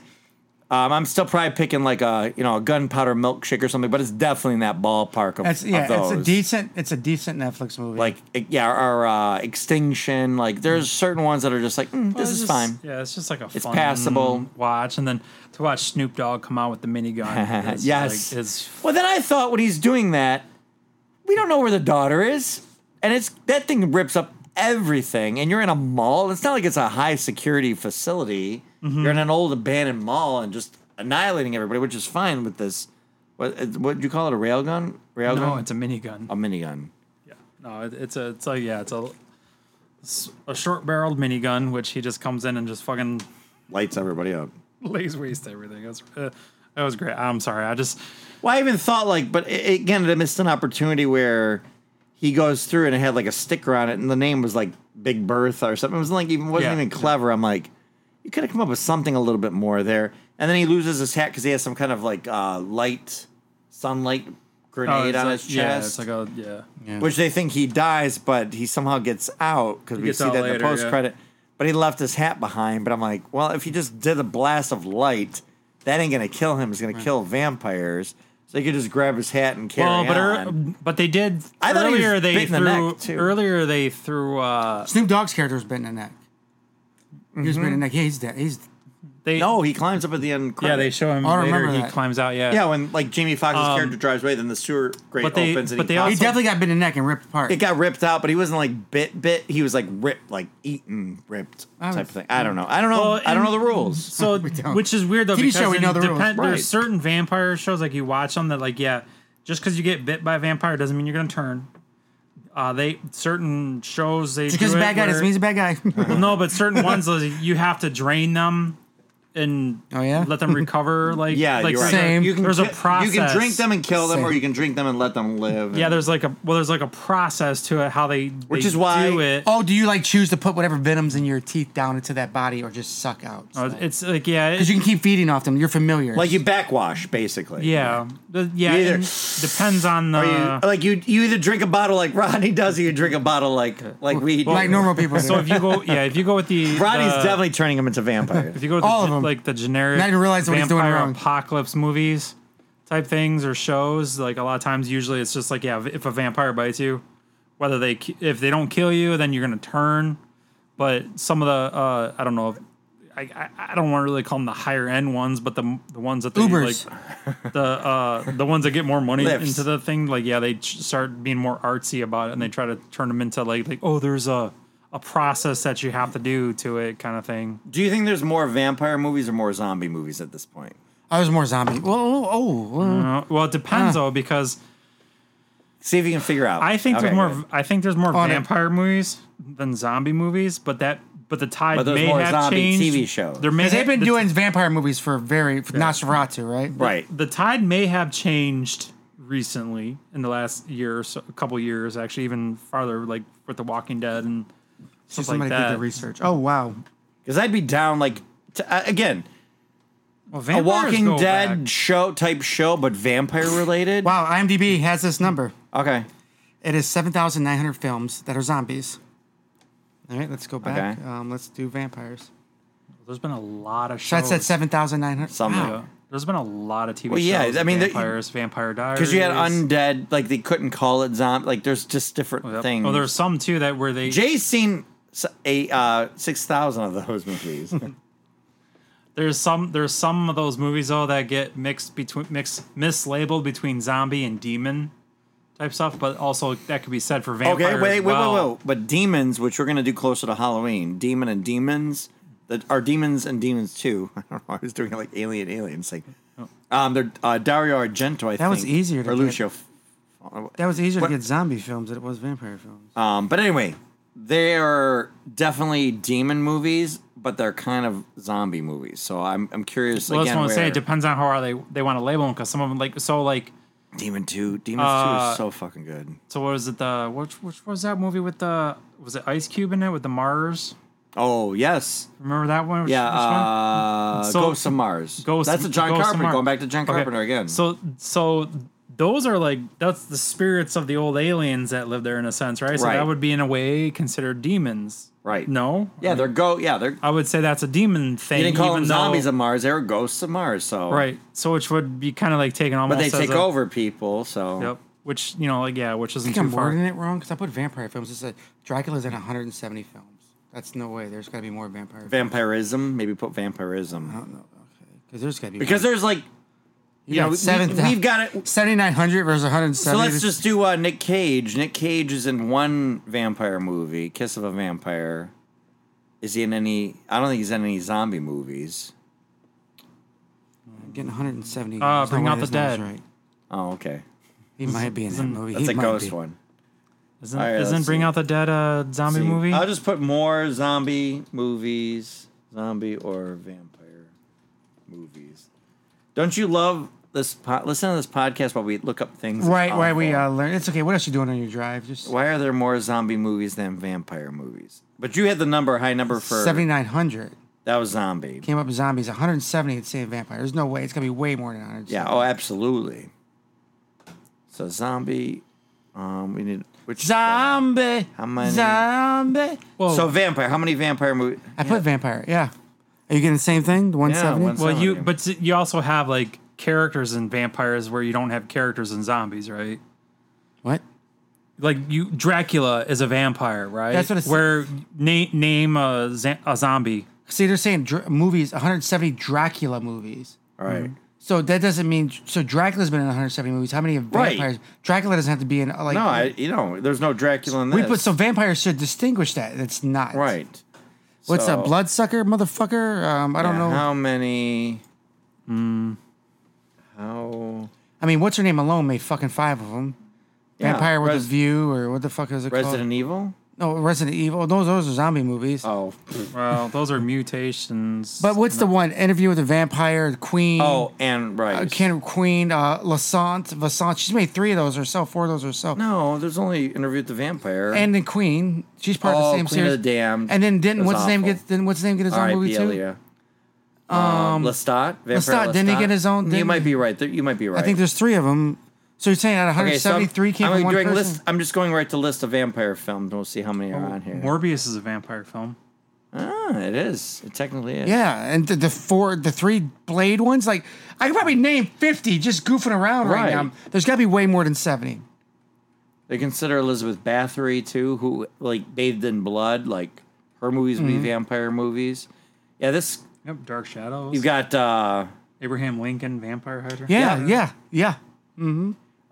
[SPEAKER 3] um, I'm still probably picking like a you know a gunpowder milkshake or something, but it's definitely in that ballpark of,
[SPEAKER 4] That's
[SPEAKER 3] of
[SPEAKER 4] yeah. It's
[SPEAKER 3] those.
[SPEAKER 4] a decent. It's a decent Netflix movie.
[SPEAKER 3] like it- yeah, or uh, extinction. Like there's certain ones that are just like mm, this
[SPEAKER 5] It's
[SPEAKER 3] is
[SPEAKER 5] just-
[SPEAKER 3] fine.
[SPEAKER 5] Yeah, it's just like a
[SPEAKER 3] It's
[SPEAKER 5] fun
[SPEAKER 3] passable.
[SPEAKER 5] watch, and then to watch Snoop Dogg come out with the minigun. is,
[SPEAKER 3] Yes.
[SPEAKER 5] like, is
[SPEAKER 3] Well, then I thought when he's doing that, we don't know where the daughter is, and it's that thing rips up everything, and you're in a mall. It's not like it's a high security facility.
[SPEAKER 5] Mm-hmm.
[SPEAKER 3] You're in an old abandoned mall and just annihilating everybody, which is fine with this. What eh, what do you call it? A railgun? Railgun?
[SPEAKER 5] no, it's a minigun.
[SPEAKER 3] a minigun.
[SPEAKER 5] No, it, it's a it's a yeah, it's a it's a short barreled minigun, which he just comes in and just fucking
[SPEAKER 3] Lights everybody up.
[SPEAKER 5] lays waste to everything. That's uh, that was great. I'm sorry, I just oh,
[SPEAKER 3] Well, I even thought like, but a- again, I missed an opportunity where he goes through and it had like a sticker on it, and the name was like Big Bertha or something. It was like even wasn't
[SPEAKER 5] Yeah.
[SPEAKER 3] even clever. I'm like, you could have come up with something a little bit more there. And then he loses his hat because he has some kind of like uh, light, sunlight
[SPEAKER 5] oh,
[SPEAKER 3] grenade
[SPEAKER 5] it's
[SPEAKER 3] on
[SPEAKER 5] like-
[SPEAKER 3] his
[SPEAKER 5] yeah, it's
[SPEAKER 3] chest,
[SPEAKER 5] like a yeah.
[SPEAKER 3] which they think he dies, but he somehow gets out because we
[SPEAKER 5] gets
[SPEAKER 3] see
[SPEAKER 5] out
[SPEAKER 3] that in the
[SPEAKER 5] later, yeah.
[SPEAKER 3] post credit. But he left his hat behind. But I'm like, well, if he just did a blast of light, that ain't gonna kill him. It's gonna kill vampires. So he could just grab his hat and carry
[SPEAKER 5] Well, but er,
[SPEAKER 3] on.
[SPEAKER 5] but they did
[SPEAKER 3] I thought he was
[SPEAKER 5] earlier they
[SPEAKER 3] bit in the neck,
[SPEAKER 5] threw
[SPEAKER 3] too.
[SPEAKER 5] earlier they threw uh
[SPEAKER 4] Snoop Dogg's character was bitten in the neck. He was
[SPEAKER 3] Mm-hmm.
[SPEAKER 4] bitten in the neck. Yeah, he's dead. He's
[SPEAKER 5] they
[SPEAKER 3] no, he climbs up at the end.
[SPEAKER 5] yeah
[SPEAKER 3] credit.
[SPEAKER 5] they show him
[SPEAKER 4] I don't
[SPEAKER 5] later
[SPEAKER 4] remember
[SPEAKER 5] he
[SPEAKER 4] that.
[SPEAKER 5] climbs out yeah
[SPEAKER 3] Yeah, when like Jamie Foxx's
[SPEAKER 5] Um,
[SPEAKER 3] character drives away, then the sewer grate
[SPEAKER 5] but they-
[SPEAKER 3] opens and
[SPEAKER 5] but they
[SPEAKER 3] pops-
[SPEAKER 4] he
[SPEAKER 5] also-
[SPEAKER 4] definitely got bitten in the neck and ripped apart.
[SPEAKER 3] it got ripped out, but he wasn't like bit bit. He was like ripped, like eaten, ripped type of thing. I don't know. I don't know.
[SPEAKER 5] Well,
[SPEAKER 3] I don't
[SPEAKER 5] and-
[SPEAKER 3] know the rules.
[SPEAKER 5] So,
[SPEAKER 4] don't.
[SPEAKER 5] which is weird though,
[SPEAKER 4] TV
[SPEAKER 5] because
[SPEAKER 4] show, we
[SPEAKER 5] in
[SPEAKER 4] know the rules,
[SPEAKER 5] depend-
[SPEAKER 3] right.
[SPEAKER 5] there's certain vampire shows like you watch them that like yeah, just because you get bit by a vampire doesn't mean you're gonna turn. Uh, they certain shows they
[SPEAKER 4] Just because he's
[SPEAKER 5] do
[SPEAKER 4] a
[SPEAKER 5] it
[SPEAKER 4] bad guy
[SPEAKER 5] where-
[SPEAKER 4] doesn't mean he's a bad guy.
[SPEAKER 5] Well, no, but certain ones like, you have to drain them and
[SPEAKER 4] Oh, yeah?
[SPEAKER 5] let them recover. Like
[SPEAKER 3] yeah,
[SPEAKER 5] like
[SPEAKER 3] you're right.
[SPEAKER 4] Same.
[SPEAKER 3] You can
[SPEAKER 5] there's a
[SPEAKER 3] ki- You can
[SPEAKER 5] process.
[SPEAKER 3] drink them and kill them, or
[SPEAKER 4] Same.
[SPEAKER 3] you can drink them and let them live.
[SPEAKER 5] yeah,
[SPEAKER 3] And-
[SPEAKER 5] there's like a well, there's like a process to it how they which
[SPEAKER 3] is why-
[SPEAKER 5] do it.
[SPEAKER 4] oh, do you like choose to put whatever venoms in your teeth down into that body or just suck out?
[SPEAKER 5] Uh, It's like yeah, it-
[SPEAKER 4] because you can keep feeding off them. You're familiar.
[SPEAKER 3] like you backwash basically.
[SPEAKER 5] yeah, The- yeah.
[SPEAKER 3] You either-
[SPEAKER 5] and depends on the
[SPEAKER 3] Or you, like you, you either drink a bottle like Rodney does, or you drink a bottle like like we. do.
[SPEAKER 4] like normal people.
[SPEAKER 5] so
[SPEAKER 4] do.
[SPEAKER 5] if you go yeah if you go with the
[SPEAKER 3] Rodney's
[SPEAKER 5] the-
[SPEAKER 3] definitely turning him into vampires.
[SPEAKER 5] If you go with
[SPEAKER 4] All
[SPEAKER 5] the,
[SPEAKER 4] of
[SPEAKER 5] gen-
[SPEAKER 4] them.
[SPEAKER 5] like the generic
[SPEAKER 4] Not even realize what he's doing
[SPEAKER 5] vampire
[SPEAKER 4] wrong.
[SPEAKER 5] apocalypse movies type things or shows, like a lot of times, usually it's just like yeah, if a vampire bites you, whether they ki- if they don't kill you, then you're gonna turn. But some of the uh, I don't know, if, I, I I don't want to really call them the higher end ones, but the the ones that they
[SPEAKER 4] Ubers.
[SPEAKER 5] like the uh, the ones that get more money
[SPEAKER 3] Lifts.
[SPEAKER 5] into the thing, like yeah, they ch- start being more artsy about it and they try to turn them into like like oh, there's a a process that you have to do to it kind of thing.
[SPEAKER 3] Do you think there's more vampire movies or more zombie movies at this point?
[SPEAKER 4] I was more zombie. Whoa, oh, oh,
[SPEAKER 5] Uh, well, it depends though because
[SPEAKER 3] See if you can figure out.
[SPEAKER 5] I think
[SPEAKER 3] Okay,
[SPEAKER 5] there's more.
[SPEAKER 3] good.
[SPEAKER 5] I think there's more
[SPEAKER 4] On it.
[SPEAKER 5] vampire movies than zombie movies, but that but the tide
[SPEAKER 3] But there's
[SPEAKER 5] may
[SPEAKER 3] more
[SPEAKER 5] have
[SPEAKER 3] zombie
[SPEAKER 5] changed.
[SPEAKER 3] TV shows.
[SPEAKER 5] There may
[SPEAKER 4] because they've
[SPEAKER 5] have-
[SPEAKER 4] been
[SPEAKER 5] the,
[SPEAKER 4] doing vampire movies for very for Nosferatu, right?
[SPEAKER 3] right.
[SPEAKER 5] The tide may have changed recently in the last year, or so, a couple years actually, even farther, like with The Walking Dead and
[SPEAKER 4] See
[SPEAKER 5] stuff like
[SPEAKER 4] somebody did
[SPEAKER 5] that.
[SPEAKER 4] the research. Oh wow,
[SPEAKER 3] Because I'd be down like t- uh, again
[SPEAKER 5] Well,
[SPEAKER 3] a
[SPEAKER 5] vampires
[SPEAKER 3] Walking
[SPEAKER 5] go
[SPEAKER 3] Dead
[SPEAKER 5] back.
[SPEAKER 3] show type show, but vampire related.
[SPEAKER 4] wow. IMDb has this number.
[SPEAKER 3] Okay.
[SPEAKER 4] It is seven thousand nine hundred films that are zombies. All right, let's go back.
[SPEAKER 3] Okay.
[SPEAKER 4] Um, let's do vampires.
[SPEAKER 5] There's been a lot of
[SPEAKER 4] So
[SPEAKER 5] shows.
[SPEAKER 4] that's at seven thousand nine hundred.
[SPEAKER 3] Some of
[SPEAKER 5] Yeah. There's been a lot of TV
[SPEAKER 3] Well,
[SPEAKER 5] shows.
[SPEAKER 3] yeah, I
[SPEAKER 5] I
[SPEAKER 3] mean,
[SPEAKER 5] mean,
[SPEAKER 3] the-
[SPEAKER 5] vampires, Vampire Diaries.
[SPEAKER 3] Because you had undead, like they couldn't call it zombie. Like there's just different
[SPEAKER 5] Oh, Yep.
[SPEAKER 3] things.
[SPEAKER 5] Well, there's some too that where they
[SPEAKER 3] Jay's seen s- a uh, six thousand of those movies.
[SPEAKER 5] There's some there's some of those movies though that get mixed between mixed mislabeled between zombie and demon type stuff, but also that could be said for
[SPEAKER 3] Okay,
[SPEAKER 5] vampires.
[SPEAKER 3] wait, wait,
[SPEAKER 5] as well.
[SPEAKER 3] wait, wait, wait. But demons, which we're gonna do closer to Halloween, demon and demons, that are demons and demons too. I don't know. I was doing it like alien, alien. It's like,
[SPEAKER 5] Oh.
[SPEAKER 3] um, they're uh, Dario Argento. I think
[SPEAKER 4] That was easier to
[SPEAKER 3] or
[SPEAKER 4] get.
[SPEAKER 3] Lucio.
[SPEAKER 4] That was easier to get zombie films than it was vampire films.
[SPEAKER 3] Um, but anyway, they're definitely demon movies, but they're kind of zombie movies. So I'm I'm curious
[SPEAKER 5] Well, that's
[SPEAKER 3] again.
[SPEAKER 5] what I'm saying. It
[SPEAKER 3] where-
[SPEAKER 5] depends on how they they want to label them because some of them like so like
[SPEAKER 3] Demon Two, Demons Two
[SPEAKER 5] Uh,
[SPEAKER 3] is so fucking good.
[SPEAKER 5] so what was it the which which was that movie with the was it Ice Cube in it with the Mars?
[SPEAKER 3] Oh yes,
[SPEAKER 5] Remember that one? Which-
[SPEAKER 3] yeah.
[SPEAKER 5] which
[SPEAKER 3] Uh,
[SPEAKER 5] one? So-
[SPEAKER 3] Ghosts of Mars.
[SPEAKER 5] Ghost.
[SPEAKER 3] That's a John
[SPEAKER 5] Ghost of
[SPEAKER 3] Carpenter.
[SPEAKER 5] Mars.
[SPEAKER 3] Going back to John
[SPEAKER 5] Okay.
[SPEAKER 3] Carpenter again.
[SPEAKER 5] So so those are like that's the spirits of the old aliens that live there in a sense, right? So
[SPEAKER 3] Right.
[SPEAKER 5] that would be in a way considered demons,
[SPEAKER 3] Right.
[SPEAKER 5] No,
[SPEAKER 3] Yeah, they're go. Yeah, they're.
[SPEAKER 5] I would say that's a demon thing.
[SPEAKER 3] You didn't call
[SPEAKER 5] even
[SPEAKER 3] them
[SPEAKER 5] though-
[SPEAKER 3] zombies of Mars; they were ghosts of Mars. So
[SPEAKER 5] right? So which would be kind of like taken
[SPEAKER 3] but
[SPEAKER 5] almost.
[SPEAKER 3] they
[SPEAKER 5] as
[SPEAKER 3] take
[SPEAKER 5] a-
[SPEAKER 3] over people. So
[SPEAKER 5] Yep. Which you know, like yeah, which
[SPEAKER 4] I
[SPEAKER 5] isn't
[SPEAKER 4] think
[SPEAKER 5] too
[SPEAKER 4] I'm
[SPEAKER 5] far.
[SPEAKER 4] wording it wrong because I put vampire films. It said Dracula's in 170 films. That's no way. There's got to be more vampire. films.
[SPEAKER 3] vampirism. Maybe put vampirism
[SPEAKER 4] I don't know. Okay, because there's got to be
[SPEAKER 3] because
[SPEAKER 4] more.
[SPEAKER 3] there's like
[SPEAKER 4] you
[SPEAKER 3] you know
[SPEAKER 4] got
[SPEAKER 3] we,
[SPEAKER 4] seven.
[SPEAKER 3] we- we've got it.
[SPEAKER 4] 7,900 versus
[SPEAKER 3] So
[SPEAKER 4] 170.
[SPEAKER 3] let's just do uh, Nick Cage. Nick Cage is in one vampire movie, Kiss of a Vampire. Is he in any? I don't think he's in any zombie movies.
[SPEAKER 4] getting
[SPEAKER 3] Uh,
[SPEAKER 4] 170.
[SPEAKER 5] Ah,
[SPEAKER 4] There's no
[SPEAKER 5] Bring
[SPEAKER 4] way
[SPEAKER 5] Out the
[SPEAKER 4] his number's
[SPEAKER 5] Dead.
[SPEAKER 4] Right.
[SPEAKER 3] Oh, okay.
[SPEAKER 4] He might be in that movie.
[SPEAKER 3] That's
[SPEAKER 4] he
[SPEAKER 3] a
[SPEAKER 4] might
[SPEAKER 3] ghost
[SPEAKER 4] be.
[SPEAKER 3] one.
[SPEAKER 5] Isn't,
[SPEAKER 3] All right,
[SPEAKER 5] isn't
[SPEAKER 3] let's
[SPEAKER 5] Bring
[SPEAKER 3] see.
[SPEAKER 5] Out the Dead a zombie
[SPEAKER 3] See,
[SPEAKER 5] movie?
[SPEAKER 3] I'll just put more zombie movies, zombie or vampire movies. Don't you love this? Po- listen to this podcast while we look up things.
[SPEAKER 4] Right,
[SPEAKER 3] It's
[SPEAKER 4] right. We
[SPEAKER 3] awful.
[SPEAKER 4] uh, learn. It's okay. What else you doing on your drive? Just
[SPEAKER 3] Why are there more zombie movies than vampire movies? But you had the number high number for
[SPEAKER 4] 7,900.
[SPEAKER 3] that was zombie.
[SPEAKER 4] Came up with zombies. 170 and saying vampire. There's no way. It's going to be way more than 170.
[SPEAKER 3] Yeah. Oh, absolutely. So zombie. Um, we need which
[SPEAKER 4] Zombie.
[SPEAKER 3] How many-
[SPEAKER 4] Zombie.
[SPEAKER 5] well,
[SPEAKER 3] So vampire. How many vampire movies?
[SPEAKER 4] I put vampire. Yeah. Are you getting the same thing? The 170?
[SPEAKER 3] one-
[SPEAKER 5] well, you
[SPEAKER 3] zombie.
[SPEAKER 5] but you also have like characters in vampires where you don't have characters in zombies, right?
[SPEAKER 4] what?
[SPEAKER 5] Like you, Dracula is a vampire, right?
[SPEAKER 4] That's what it's-
[SPEAKER 5] Where na- name a, za- a zombie.
[SPEAKER 4] See, they're saying dr- movies, 170 Dracula movies.
[SPEAKER 3] All right.
[SPEAKER 4] So that doesn't mean. So Dracula's been in 170 movies. How many
[SPEAKER 3] Right.
[SPEAKER 4] vampires? Dracula doesn't have to be in. uh, Like,
[SPEAKER 3] No, I, you know, there's no Dracula in this.
[SPEAKER 4] we put so vampires should distinguish that. It's not
[SPEAKER 3] Right.
[SPEAKER 4] What's
[SPEAKER 3] So-
[SPEAKER 4] that? Bloodsucker, motherfucker. Um, I don't
[SPEAKER 3] Yeah,
[SPEAKER 4] know. Hmm.
[SPEAKER 3] how many. How
[SPEAKER 4] I mean, what's her name alone made fucking five of them.
[SPEAKER 3] Yeah,
[SPEAKER 4] Vampire with
[SPEAKER 3] Res-
[SPEAKER 4] a View or what the fuck is it
[SPEAKER 3] Resident Evil?
[SPEAKER 4] called? No, Resident Evil. Oh, Those those are zombie movies.
[SPEAKER 3] Oh,
[SPEAKER 5] Well, those are mutations.
[SPEAKER 4] but what's the one? Interview with the Vampire, the Queen.
[SPEAKER 3] oh, and right.
[SPEAKER 4] Uh, Ken Queen, uh, Lassant, Vassant. She's made three of those herself, four of those herself.
[SPEAKER 3] No, there's only Interview with the Vampire.
[SPEAKER 4] And then Queen, she's part of
[SPEAKER 3] Oh,
[SPEAKER 4] the same
[SPEAKER 3] Queen
[SPEAKER 4] series.
[SPEAKER 3] of the Damned.
[SPEAKER 4] And then didn't
[SPEAKER 3] That's
[SPEAKER 4] what's his name
[SPEAKER 3] awful.
[SPEAKER 4] get? Then what's his name get his own
[SPEAKER 3] R.I.P.
[SPEAKER 4] movie too?
[SPEAKER 3] Elia. Um, Lestat. Vampire
[SPEAKER 4] Lestat, didn't he get his own-
[SPEAKER 3] You
[SPEAKER 4] didn't-
[SPEAKER 3] might be right. There- You might be right.
[SPEAKER 4] I think there's three of them. So you're saying out of
[SPEAKER 3] Okay, so I'm-
[SPEAKER 4] 173 came
[SPEAKER 3] I'm
[SPEAKER 4] from one
[SPEAKER 3] doing
[SPEAKER 4] person? Oh,
[SPEAKER 3] list- I'm just going right to list of vampire films. and We'll see how many are on here.
[SPEAKER 5] Morbius is a vampire film.
[SPEAKER 3] ah, it is. It technically is.
[SPEAKER 4] Yeah, and the, the four, the three blade ones. Like I could probably name 50 just goofing around right,
[SPEAKER 3] Right.
[SPEAKER 4] now. There's got to be way more than 70.
[SPEAKER 3] They consider Elizabeth Bathory too, who like bathed in blood. Like her movies would be vampire movies. Yeah, this
[SPEAKER 5] Yep, Dark Shadows.
[SPEAKER 3] you've got. uh
[SPEAKER 5] Abraham Lincoln, Vampire Hydra.
[SPEAKER 4] Yeah, yeah, yeah.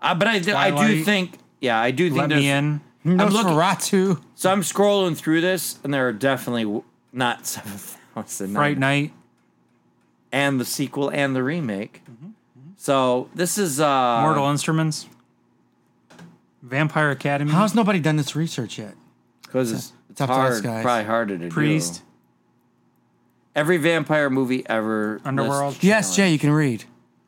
[SPEAKER 3] uh, But I do, I do
[SPEAKER 5] Twilight.
[SPEAKER 3] think. Yeah, I do think.
[SPEAKER 5] Let me
[SPEAKER 3] there's-
[SPEAKER 5] in.
[SPEAKER 3] I'm looking,
[SPEAKER 4] Nosferatu.
[SPEAKER 3] so I'm scrolling through this, and there are definitely w- not seven thousand.
[SPEAKER 5] Fright Night.
[SPEAKER 3] and the sequel and the remake. So this is uh
[SPEAKER 5] Mortal Instruments, Vampire Academy,
[SPEAKER 4] How's nobody done this research yet?
[SPEAKER 3] because it's, it's
[SPEAKER 4] Tough
[SPEAKER 3] hard,
[SPEAKER 4] task, guys.
[SPEAKER 3] probably harder to do.
[SPEAKER 5] Priest,
[SPEAKER 3] Every vampire movie ever.
[SPEAKER 5] Underworld.
[SPEAKER 3] lists-
[SPEAKER 4] Yes, Jay, you can read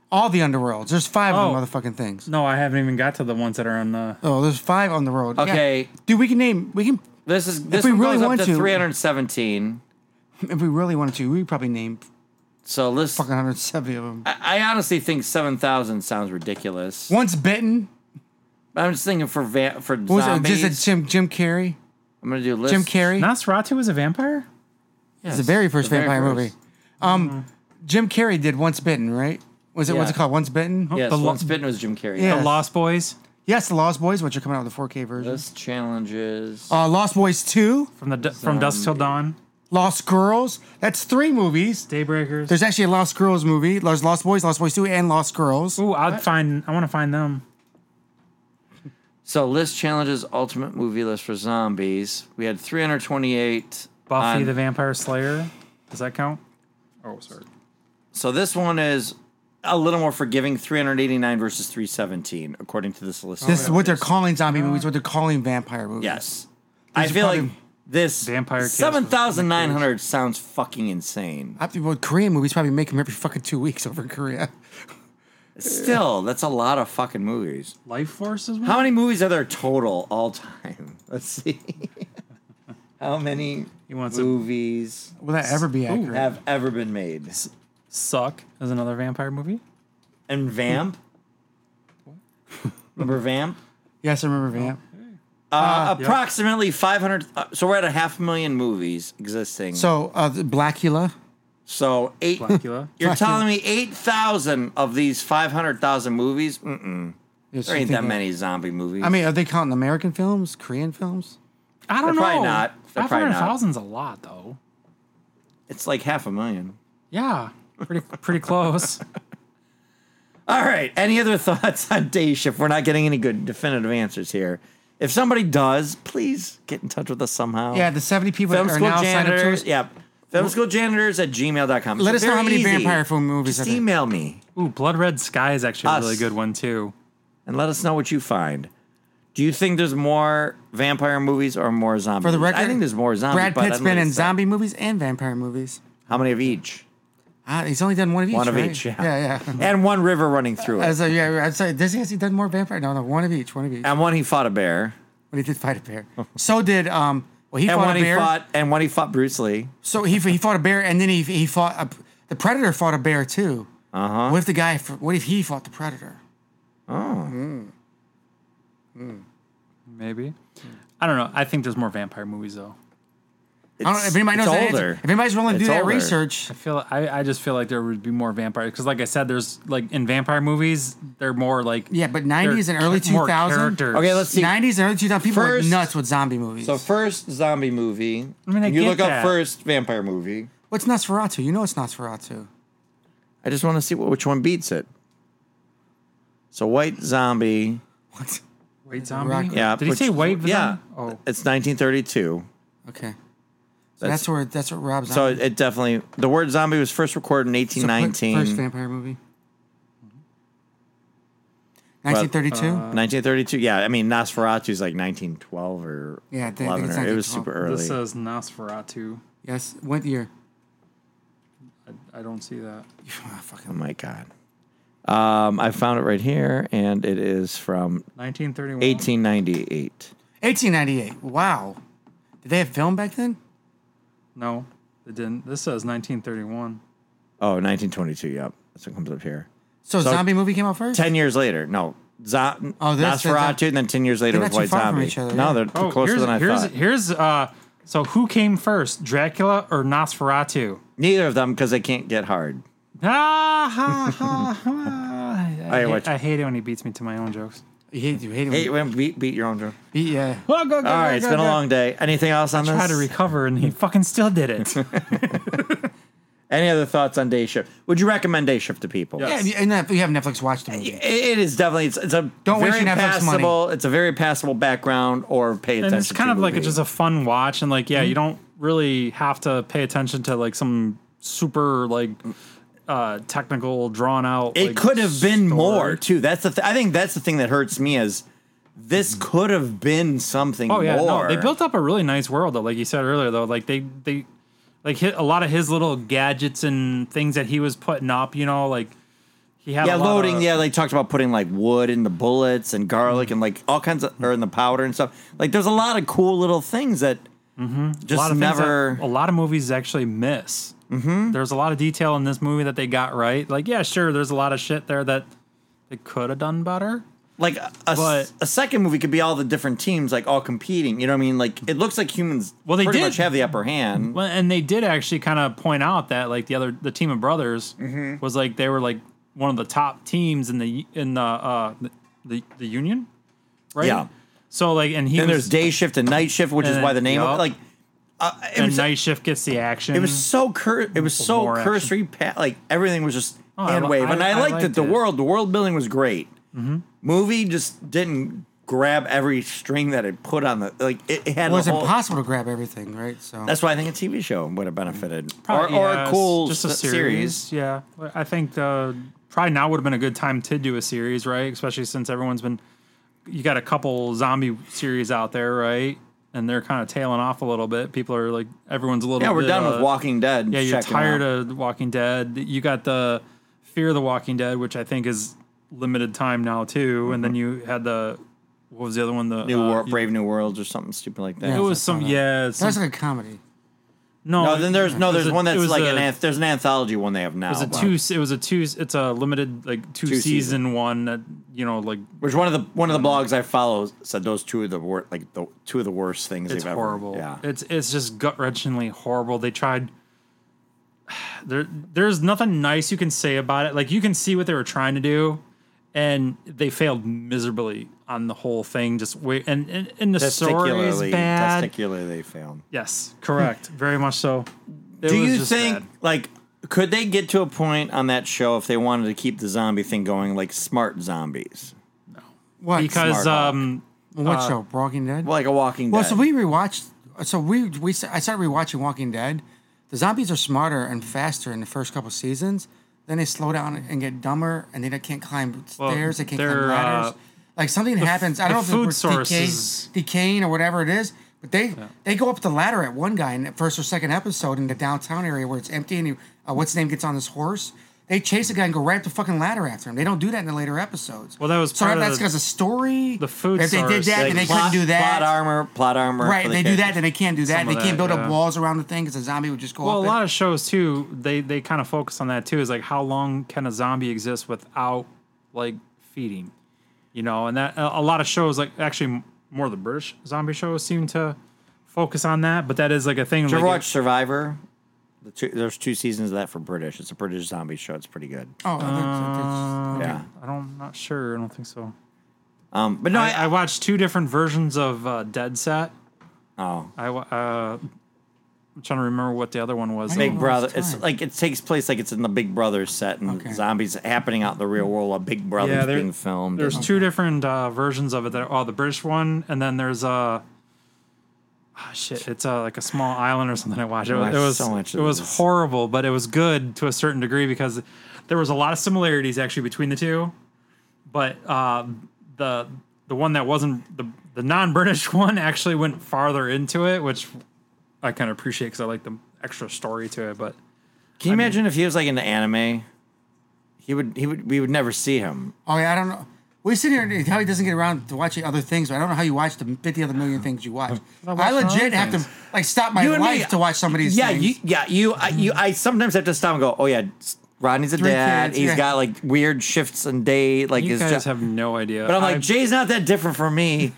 [SPEAKER 4] all the underworlds. There's five
[SPEAKER 5] Oh.
[SPEAKER 4] of them motherfucking things.
[SPEAKER 5] No, I haven't even got to the ones that are on the.
[SPEAKER 4] Oh, there's five on the road. Yeah.
[SPEAKER 3] Okay.
[SPEAKER 4] dude, we can name. We can
[SPEAKER 3] This is this
[SPEAKER 4] we
[SPEAKER 3] one
[SPEAKER 4] really
[SPEAKER 3] goes
[SPEAKER 4] want
[SPEAKER 3] up to
[SPEAKER 4] to-
[SPEAKER 3] 317.
[SPEAKER 4] if we really wanted to. We could probably name
[SPEAKER 3] So let's.
[SPEAKER 4] fucking 170 of them.
[SPEAKER 3] I I honestly think 7,000 sounds ridiculous.
[SPEAKER 4] Once bitten.
[SPEAKER 3] I'm just thinking for va- for
[SPEAKER 4] What was it?
[SPEAKER 3] zombies.
[SPEAKER 4] Just a Jim Jim Carrey.
[SPEAKER 3] I'm gonna do a list.
[SPEAKER 4] Jim Carrey.
[SPEAKER 5] Nosferatu is a vampire.
[SPEAKER 3] Yes,
[SPEAKER 4] It's the very first
[SPEAKER 3] the very
[SPEAKER 4] vampire movie.
[SPEAKER 3] first.
[SPEAKER 4] Um, Jim Carrey did Once Bitten, right? Was it what's it
[SPEAKER 3] Yeah.
[SPEAKER 4] called? Once Bitten.
[SPEAKER 3] Yes,
[SPEAKER 5] The lo-
[SPEAKER 3] Once Bitten was Jim Carrey.
[SPEAKER 4] Yeah.
[SPEAKER 5] The
[SPEAKER 4] Yes.
[SPEAKER 5] Lost Boys
[SPEAKER 4] Yes, The Lost Boys, which are coming out with the 4K version.
[SPEAKER 3] List challenges.
[SPEAKER 4] Uh, Lost Boys Two,
[SPEAKER 5] from the from Dusk Till Dawn,
[SPEAKER 4] Lost Girls. That's three movies.
[SPEAKER 5] Daybreakers.
[SPEAKER 4] There's actually a Lost Girls movie. There's Lost Boys, Lost Boys Two, and Lost Girls.
[SPEAKER 5] Ooh, I'd find. I want to find them.
[SPEAKER 3] So list challenges ultimate movie list for zombies. We had 328.
[SPEAKER 5] Buffy
[SPEAKER 3] on-
[SPEAKER 5] the Vampire Slayer. Does that count? Oh, sorry.
[SPEAKER 3] So this one is a little more forgiving. 389 versus 317, according to this list.
[SPEAKER 4] This is what they're calling zombie movies. What they're calling vampire movies.
[SPEAKER 3] Yes.
[SPEAKER 4] These
[SPEAKER 3] I
[SPEAKER 4] are
[SPEAKER 3] feel like
[SPEAKER 4] probably-
[SPEAKER 3] this
[SPEAKER 5] Vampire Tales from the
[SPEAKER 3] 7,900 sounds fucking insane.
[SPEAKER 4] I think, well, Korean movies probably make them every fucking two weeks over in Korea.
[SPEAKER 3] Still, that's a lot of fucking movies.
[SPEAKER 5] Life Force is one?
[SPEAKER 3] How many movies are there total all time? Let's see. How many
[SPEAKER 5] He wants a-
[SPEAKER 3] movies
[SPEAKER 4] Will that ever be accurate?
[SPEAKER 3] have ever been made?
[SPEAKER 5] Suck is another vampire movie.
[SPEAKER 3] And Vamp? Remember Vamp?
[SPEAKER 4] yes, I remember Vamp. Ah,
[SPEAKER 3] Uh, approximately 500. Uh, so we're at a half million movies existing.
[SPEAKER 4] So, uh, the Blackula.
[SPEAKER 3] So eight.
[SPEAKER 5] Blackula.
[SPEAKER 3] You're telling me eight thousand of these five hundred thousand movies? Mm-mm,
[SPEAKER 4] Yes,
[SPEAKER 3] there
[SPEAKER 4] you
[SPEAKER 3] ain't
[SPEAKER 4] think
[SPEAKER 3] that many zombie movies.
[SPEAKER 4] I mean, are they counting American films, Korean films?
[SPEAKER 5] I don't
[SPEAKER 3] They're
[SPEAKER 5] know.
[SPEAKER 3] probably not. They're
[SPEAKER 5] Five
[SPEAKER 3] probably
[SPEAKER 5] hundred
[SPEAKER 3] not.
[SPEAKER 5] thousand's a lot though.
[SPEAKER 3] it's like half a million.
[SPEAKER 5] Yeah, pretty pretty close.
[SPEAKER 3] All right. Any other thoughts on day shift? We're not getting any good definitive answers here. If somebody does, please get in touch with us somehow.
[SPEAKER 4] Yeah, the 70 people
[SPEAKER 3] Oh. Film
[SPEAKER 4] that are
[SPEAKER 3] school
[SPEAKER 4] now signed up to us.
[SPEAKER 3] janitors. Yeah. Film school janitors at gmail.com.
[SPEAKER 4] Let
[SPEAKER 3] It's
[SPEAKER 4] us know
[SPEAKER 3] very
[SPEAKER 4] how many
[SPEAKER 3] easy.
[SPEAKER 4] vampire film movies
[SPEAKER 3] Just
[SPEAKER 4] are there.
[SPEAKER 3] email me.
[SPEAKER 5] Ooh, Blood Red Sky is actually a really
[SPEAKER 3] Us.
[SPEAKER 5] good one too.
[SPEAKER 3] and let us know what you find. Do you think there's more vampire movies or more zombies?
[SPEAKER 4] For the record,
[SPEAKER 3] I think there's more zombies.
[SPEAKER 4] Brad
[SPEAKER 3] but I
[SPEAKER 4] Pitt's
[SPEAKER 3] don't
[SPEAKER 4] been
[SPEAKER 3] think
[SPEAKER 4] in
[SPEAKER 3] it's that-
[SPEAKER 4] zombie movies and vampire movies.
[SPEAKER 3] How many of each?
[SPEAKER 4] Ah, he's only done one of each.
[SPEAKER 3] One of
[SPEAKER 4] right?
[SPEAKER 3] each, yeah.
[SPEAKER 4] yeah. yeah.
[SPEAKER 3] And one river running through it.
[SPEAKER 4] As a, yeah, I'd say, does he has he done more vampire? No, no, one of each, one of each.
[SPEAKER 3] and one he fought a bear.
[SPEAKER 4] But he did fight a bear. So did um. Well, he
[SPEAKER 3] And
[SPEAKER 4] fought
[SPEAKER 3] one
[SPEAKER 4] a
[SPEAKER 3] he
[SPEAKER 4] bear.
[SPEAKER 3] fought. And one he fought Bruce Lee.
[SPEAKER 4] So he he fought a bear, and then he he fought a, the predator fought a bear too. Uh
[SPEAKER 3] Uh-huh.
[SPEAKER 4] huh. What if the guy? What if he fought the predator?
[SPEAKER 5] Maybe. I don't know. I think there's more vampire movies though.
[SPEAKER 4] I don't know if anybody
[SPEAKER 3] it's
[SPEAKER 4] knows that answer-
[SPEAKER 3] older.
[SPEAKER 4] If anybody's willing to do
[SPEAKER 3] It's
[SPEAKER 4] that
[SPEAKER 3] older.
[SPEAKER 4] research,
[SPEAKER 5] I feel I, I just feel like there would be more vampire because like I said, there's like in vampire movies they're more like
[SPEAKER 4] Yeah, but 90s
[SPEAKER 5] they're
[SPEAKER 4] and early
[SPEAKER 5] ca- more
[SPEAKER 4] 2000?
[SPEAKER 5] characters.
[SPEAKER 3] Okay, let's see.
[SPEAKER 4] 90s and early 2000s, people were
[SPEAKER 3] First-
[SPEAKER 4] nuts with zombie movies.
[SPEAKER 3] So first zombie movie.
[SPEAKER 5] I mean, I
[SPEAKER 3] you
[SPEAKER 5] get
[SPEAKER 3] look up
[SPEAKER 5] that.
[SPEAKER 3] first vampire movie.
[SPEAKER 4] What's Nosferatu? You know it's Nosferatu.
[SPEAKER 3] I just want to see what, which one beats it. So white zombie.
[SPEAKER 4] What?
[SPEAKER 5] White zombie.
[SPEAKER 4] Rock-
[SPEAKER 3] Yeah.
[SPEAKER 5] Did he
[SPEAKER 3] which-
[SPEAKER 5] say white?
[SPEAKER 3] Yeah.
[SPEAKER 5] Zombie? Oh,
[SPEAKER 3] It's 1932.
[SPEAKER 4] Okay. So
[SPEAKER 3] That's-
[SPEAKER 4] that's, where that's what Rob's
[SPEAKER 3] So it, it definitely the word zombie was first recorded in 1819.
[SPEAKER 4] First vampire movie. 1932.
[SPEAKER 3] Uh, 1932. Yeah, I mean Nosferatu's like 1912 or
[SPEAKER 4] Yeah, I think- I
[SPEAKER 3] 11
[SPEAKER 4] think it's
[SPEAKER 3] or, it was
[SPEAKER 4] 1912.
[SPEAKER 3] super early.
[SPEAKER 5] this uh, says Nosferatu.
[SPEAKER 4] yes. What year?
[SPEAKER 5] I don't see that.
[SPEAKER 4] Ah, fucking-
[SPEAKER 3] oh my god. Um, I found it right here, and it is from
[SPEAKER 5] 1931.
[SPEAKER 3] 1898.
[SPEAKER 4] 1898. Wow. Did they have film back then?
[SPEAKER 5] No, it didn't. This says 1931.
[SPEAKER 3] Oh, 1922. Yep, that's what comes up here.
[SPEAKER 4] So,
[SPEAKER 3] So-
[SPEAKER 4] zombie movie came out first.
[SPEAKER 3] Ten years later, no. Zo-
[SPEAKER 4] Oh, that's-
[SPEAKER 3] Nosferatu, and then ten years later
[SPEAKER 4] They're
[SPEAKER 3] was
[SPEAKER 4] not too
[SPEAKER 3] White
[SPEAKER 4] far from
[SPEAKER 3] Zombie.
[SPEAKER 4] each other,
[SPEAKER 3] no,
[SPEAKER 4] yeah.
[SPEAKER 3] they're they're closer
[SPEAKER 5] Oh, here's,
[SPEAKER 3] than I
[SPEAKER 5] here's,
[SPEAKER 3] thought.
[SPEAKER 5] Here's uh, so who came first, Dracula or Nosferatu?
[SPEAKER 3] Neither of them because they can't get hard.
[SPEAKER 5] Ah, ha, ha, ha. I,
[SPEAKER 3] right,
[SPEAKER 5] hate-
[SPEAKER 3] watch.
[SPEAKER 5] I hate it when he beats me to my own jokes.
[SPEAKER 4] You hate, you hate
[SPEAKER 3] Hey,
[SPEAKER 4] it.
[SPEAKER 3] wait, beat beat your own drum.
[SPEAKER 4] Beat, yeah.
[SPEAKER 5] Well, go, go,
[SPEAKER 3] All right, it's been a long day. Anything else on this?
[SPEAKER 5] Try to recover, and he fucking still did it.
[SPEAKER 3] Any other thoughts on day shift? Would you recommend day shift to people?
[SPEAKER 5] Yeah.
[SPEAKER 4] Yeah, and you- and you have Netflix watch the movie.
[SPEAKER 3] It- It is definitely it's, it's a
[SPEAKER 4] Don't
[SPEAKER 3] very
[SPEAKER 4] waste your Netflix money.
[SPEAKER 3] passable. It's a very passable background or pay attention.
[SPEAKER 5] and it's kind
[SPEAKER 3] to
[SPEAKER 5] of like
[SPEAKER 3] movie. Hmm?
[SPEAKER 5] it's just a fun watch, and like yeah, you don't really have to pay attention to like some super like uh technical drawn out.
[SPEAKER 3] It
[SPEAKER 5] like,
[SPEAKER 3] could have been
[SPEAKER 5] story.
[SPEAKER 3] more too. That's the. Th- I think that's the thing that hurts me is this could have been something.
[SPEAKER 5] Oh yeah,
[SPEAKER 3] more.
[SPEAKER 5] no, they built up a really nice world though. Like you said earlier, though, like they they like hit a lot of his little gadgets and things that he was putting up. You know, like he had
[SPEAKER 3] Yeah,
[SPEAKER 5] a lot
[SPEAKER 3] loading.
[SPEAKER 5] Of,
[SPEAKER 3] yeah, they talked about putting like wood in the bullets and garlic and like all kinds of or in the powder and stuff. Like there's a lot of cool little things that
[SPEAKER 5] Mm-hmm. a lot
[SPEAKER 3] just
[SPEAKER 5] of things
[SPEAKER 3] never.
[SPEAKER 5] that a lot of movies actually miss. Mm-hmm. There's a lot of detail in this movie that they got right. Like yeah, sure, there's a lot of shit there that they could have done better.
[SPEAKER 3] like a, a s-
[SPEAKER 5] But-
[SPEAKER 3] a second movie could be all the different teams like all competing. You know what I mean? Like it looks like humans.
[SPEAKER 5] Well, they
[SPEAKER 3] pretty
[SPEAKER 5] did.
[SPEAKER 3] much have the upper hand.
[SPEAKER 5] Well, and they did actually kind of point out that like the other the team of brothers
[SPEAKER 3] Mm-hmm.
[SPEAKER 5] was like they were like one of the top teams in the in the uh the the, the union, right?
[SPEAKER 3] Yeah.
[SPEAKER 5] So like, and he
[SPEAKER 3] Then there's
[SPEAKER 5] was,
[SPEAKER 3] day shift and night shift, which is
[SPEAKER 5] And-
[SPEAKER 3] why the name of
[SPEAKER 5] yup.
[SPEAKER 3] it. Like uh, it
[SPEAKER 5] and
[SPEAKER 3] was
[SPEAKER 5] night shift gets the action.
[SPEAKER 3] it was so cur- it was so
[SPEAKER 5] Mm. more action.
[SPEAKER 3] cursory. Pa- like everything was just
[SPEAKER 5] Oh, I
[SPEAKER 3] hand
[SPEAKER 5] li-
[SPEAKER 3] wave, and
[SPEAKER 5] I-
[SPEAKER 3] I,
[SPEAKER 5] I
[SPEAKER 3] liked, it.
[SPEAKER 5] liked Mm-hmm.
[SPEAKER 3] The
[SPEAKER 5] it.
[SPEAKER 3] world, the world building was great. Movie just didn't grab every string that it put on the like it, it had
[SPEAKER 4] Well, it's
[SPEAKER 3] a whole,
[SPEAKER 4] impossible to grab everything, right? So
[SPEAKER 3] That's why I think a TV show would have benefited,
[SPEAKER 5] Probably,
[SPEAKER 3] or, or
[SPEAKER 5] yeah,
[SPEAKER 3] a cool
[SPEAKER 5] just a
[SPEAKER 3] s-
[SPEAKER 5] series. Yeah, I think the probably now would have been a good time to do a series, right? Especially since everyone's been you got a couple zombie series out there, right? And they're kind of tailing off a little bit. People are like everyone's a little.
[SPEAKER 3] Yeah, we're
[SPEAKER 5] bit,
[SPEAKER 3] done
[SPEAKER 5] uh,
[SPEAKER 3] with Walking Dead.
[SPEAKER 5] Yeah, you're
[SPEAKER 3] Check 'em out.
[SPEAKER 5] tired of Walking Dead. You got the Fear of the Walking Dead, which I think is limited time now too. And then you had the what was the other one? The
[SPEAKER 3] Mm-hmm. New
[SPEAKER 5] uh,
[SPEAKER 3] World, Brave New Worlds, or something stupid like that.
[SPEAKER 5] It was some yeah. Some,
[SPEAKER 4] that's like a comedy.
[SPEAKER 5] no,
[SPEAKER 3] no, then there's no,
[SPEAKER 5] it was
[SPEAKER 3] there's
[SPEAKER 5] a-
[SPEAKER 3] one
[SPEAKER 5] it
[SPEAKER 3] that's
[SPEAKER 5] was
[SPEAKER 3] like
[SPEAKER 5] a-
[SPEAKER 3] an anth- there's an anthology one they have now. uh,
[SPEAKER 5] It was a
[SPEAKER 3] about-
[SPEAKER 5] two. It was a two. It's a limited like two,
[SPEAKER 3] Two
[SPEAKER 5] season,
[SPEAKER 3] season.
[SPEAKER 5] one that you know like
[SPEAKER 3] Which one of the one of the
[SPEAKER 5] Mm-hmm.
[SPEAKER 3] blogs I follow said those two are the wor- like the two of the worst things
[SPEAKER 5] it's
[SPEAKER 3] they've ever.
[SPEAKER 5] horrible.
[SPEAKER 3] Yeah,
[SPEAKER 5] It's it's just gut wrenchingly horrible. They tried. There there's nothing nice you can say about it. Like you can see what they were trying to do, and they failed miserably on the whole thing. Just wait, and and, and the story is
[SPEAKER 3] testicularly
[SPEAKER 5] bad.
[SPEAKER 3] testicularly failed.
[SPEAKER 5] yes, correct. Very much so. It
[SPEAKER 3] Do
[SPEAKER 5] was
[SPEAKER 3] you
[SPEAKER 5] just
[SPEAKER 3] think
[SPEAKER 5] bad.
[SPEAKER 3] like could they get to a point on that show if they wanted to keep the zombie thing going, like smart zombies,
[SPEAKER 4] What?
[SPEAKER 5] because
[SPEAKER 3] Smart Hawk.
[SPEAKER 5] um
[SPEAKER 4] what show? Walking Dead.
[SPEAKER 3] like a Walking Dead?
[SPEAKER 4] Well, so we rewatched. So we we s- I started rewatching Walking Dead. The zombies are smarter and faster in the first couple seasons. Then they slow down and get dumber, and they don't- can't climb stairs. They can't
[SPEAKER 5] they're,
[SPEAKER 4] climb ladders.
[SPEAKER 5] uh,
[SPEAKER 4] like something happens. I
[SPEAKER 5] the
[SPEAKER 4] don't know if
[SPEAKER 5] food
[SPEAKER 4] it's
[SPEAKER 5] source
[SPEAKER 4] decay-
[SPEAKER 5] is-
[SPEAKER 4] decaying or whatever it is. But they they go up the ladder at one guy in the first or second episode in the downtown area where it's empty, and he, uh, what's his name gets on his horse. They chase a guy and go right up the fucking ladder after him. They don't do that in the later episodes.
[SPEAKER 5] Well, that was
[SPEAKER 4] so
[SPEAKER 5] part of
[SPEAKER 4] that's
[SPEAKER 5] the-
[SPEAKER 4] because story.
[SPEAKER 5] the food
[SPEAKER 4] If they did
[SPEAKER 5] source,
[SPEAKER 4] that
[SPEAKER 5] like
[SPEAKER 4] and they
[SPEAKER 3] plot,
[SPEAKER 4] couldn't do that,
[SPEAKER 3] Plot armor, plot armor.
[SPEAKER 4] Right,
[SPEAKER 3] for the
[SPEAKER 4] they do that,
[SPEAKER 3] characters.
[SPEAKER 4] then they can't do that.
[SPEAKER 5] Some
[SPEAKER 4] They
[SPEAKER 5] of
[SPEAKER 4] can't
[SPEAKER 5] that,
[SPEAKER 4] build
[SPEAKER 5] yeah.
[SPEAKER 4] up walls around the thing because a zombie would just go
[SPEAKER 5] Well,
[SPEAKER 4] up.
[SPEAKER 5] a
[SPEAKER 4] it.
[SPEAKER 5] lot of shows too. They they kind of focus on that too. Is like how long can a zombie exist without like feeding? You know, and that a, a lot of shows like actually m- more of the British zombie shows seem to focus on that. But that is like a thing.
[SPEAKER 3] Did you
[SPEAKER 5] like,
[SPEAKER 3] ever watch Survivor? The two, there's two seasons of that for British. It's a British zombie show. It's pretty good.
[SPEAKER 4] oh, that's-
[SPEAKER 5] Oh.
[SPEAKER 4] that's-
[SPEAKER 3] Yeah.
[SPEAKER 5] I don't, I'm not sure. I don't think so.
[SPEAKER 3] Um, but no,
[SPEAKER 5] I,
[SPEAKER 3] I,
[SPEAKER 5] I watched two different versions of uh, Dead Set.
[SPEAKER 3] oh,
[SPEAKER 5] I wa- uh, I'm trying to remember what the other one was.
[SPEAKER 3] Big
[SPEAKER 4] Oh,
[SPEAKER 3] Brother.
[SPEAKER 4] it's
[SPEAKER 3] It's
[SPEAKER 4] time.
[SPEAKER 3] like it takes place like it's in the Big Brother set, and
[SPEAKER 4] Okay.
[SPEAKER 3] zombies happening out in the real world. A Big Brother's
[SPEAKER 5] Yeah, there-
[SPEAKER 3] being filmed.
[SPEAKER 5] There's two different uh, versions of it. That oh, the British one, and then there's uh, ah, shit. It's uh, like a small island or something. I watched. It, was- it
[SPEAKER 3] watched
[SPEAKER 5] was
[SPEAKER 3] Oh, so much
[SPEAKER 5] it
[SPEAKER 3] of
[SPEAKER 5] was
[SPEAKER 3] this.
[SPEAKER 5] horrible, but it was good to a certain degree because there was a lot of similarities actually between the two. But uh, the the one that wasn't the the non-British one actually went farther into it, which I kind of appreciate because I like the extra story to it. But
[SPEAKER 3] Can you imagine if he was like in the anime? He would. He would. We would never see him.
[SPEAKER 4] oh yeah, I don't know. We sit here and how he doesn't get around to watching other things, but I don't know how you watch the fifty other million things you watch. I, legit have to like stop my
[SPEAKER 3] You and me-
[SPEAKER 4] life to watch somebody's.
[SPEAKER 3] Yeah.
[SPEAKER 4] things.
[SPEAKER 3] You. Yeah. You. I, you. I sometimes have to stop and go. Oh yeah. Rodney's a
[SPEAKER 4] Three
[SPEAKER 3] dad.
[SPEAKER 4] kids,
[SPEAKER 3] He's
[SPEAKER 4] yeah.
[SPEAKER 3] got like weird shifts and day. Like
[SPEAKER 5] you
[SPEAKER 3] his
[SPEAKER 5] guys
[SPEAKER 3] jo-
[SPEAKER 5] have no idea.
[SPEAKER 3] But I'm like,
[SPEAKER 5] I-
[SPEAKER 3] Jay's not that different from me.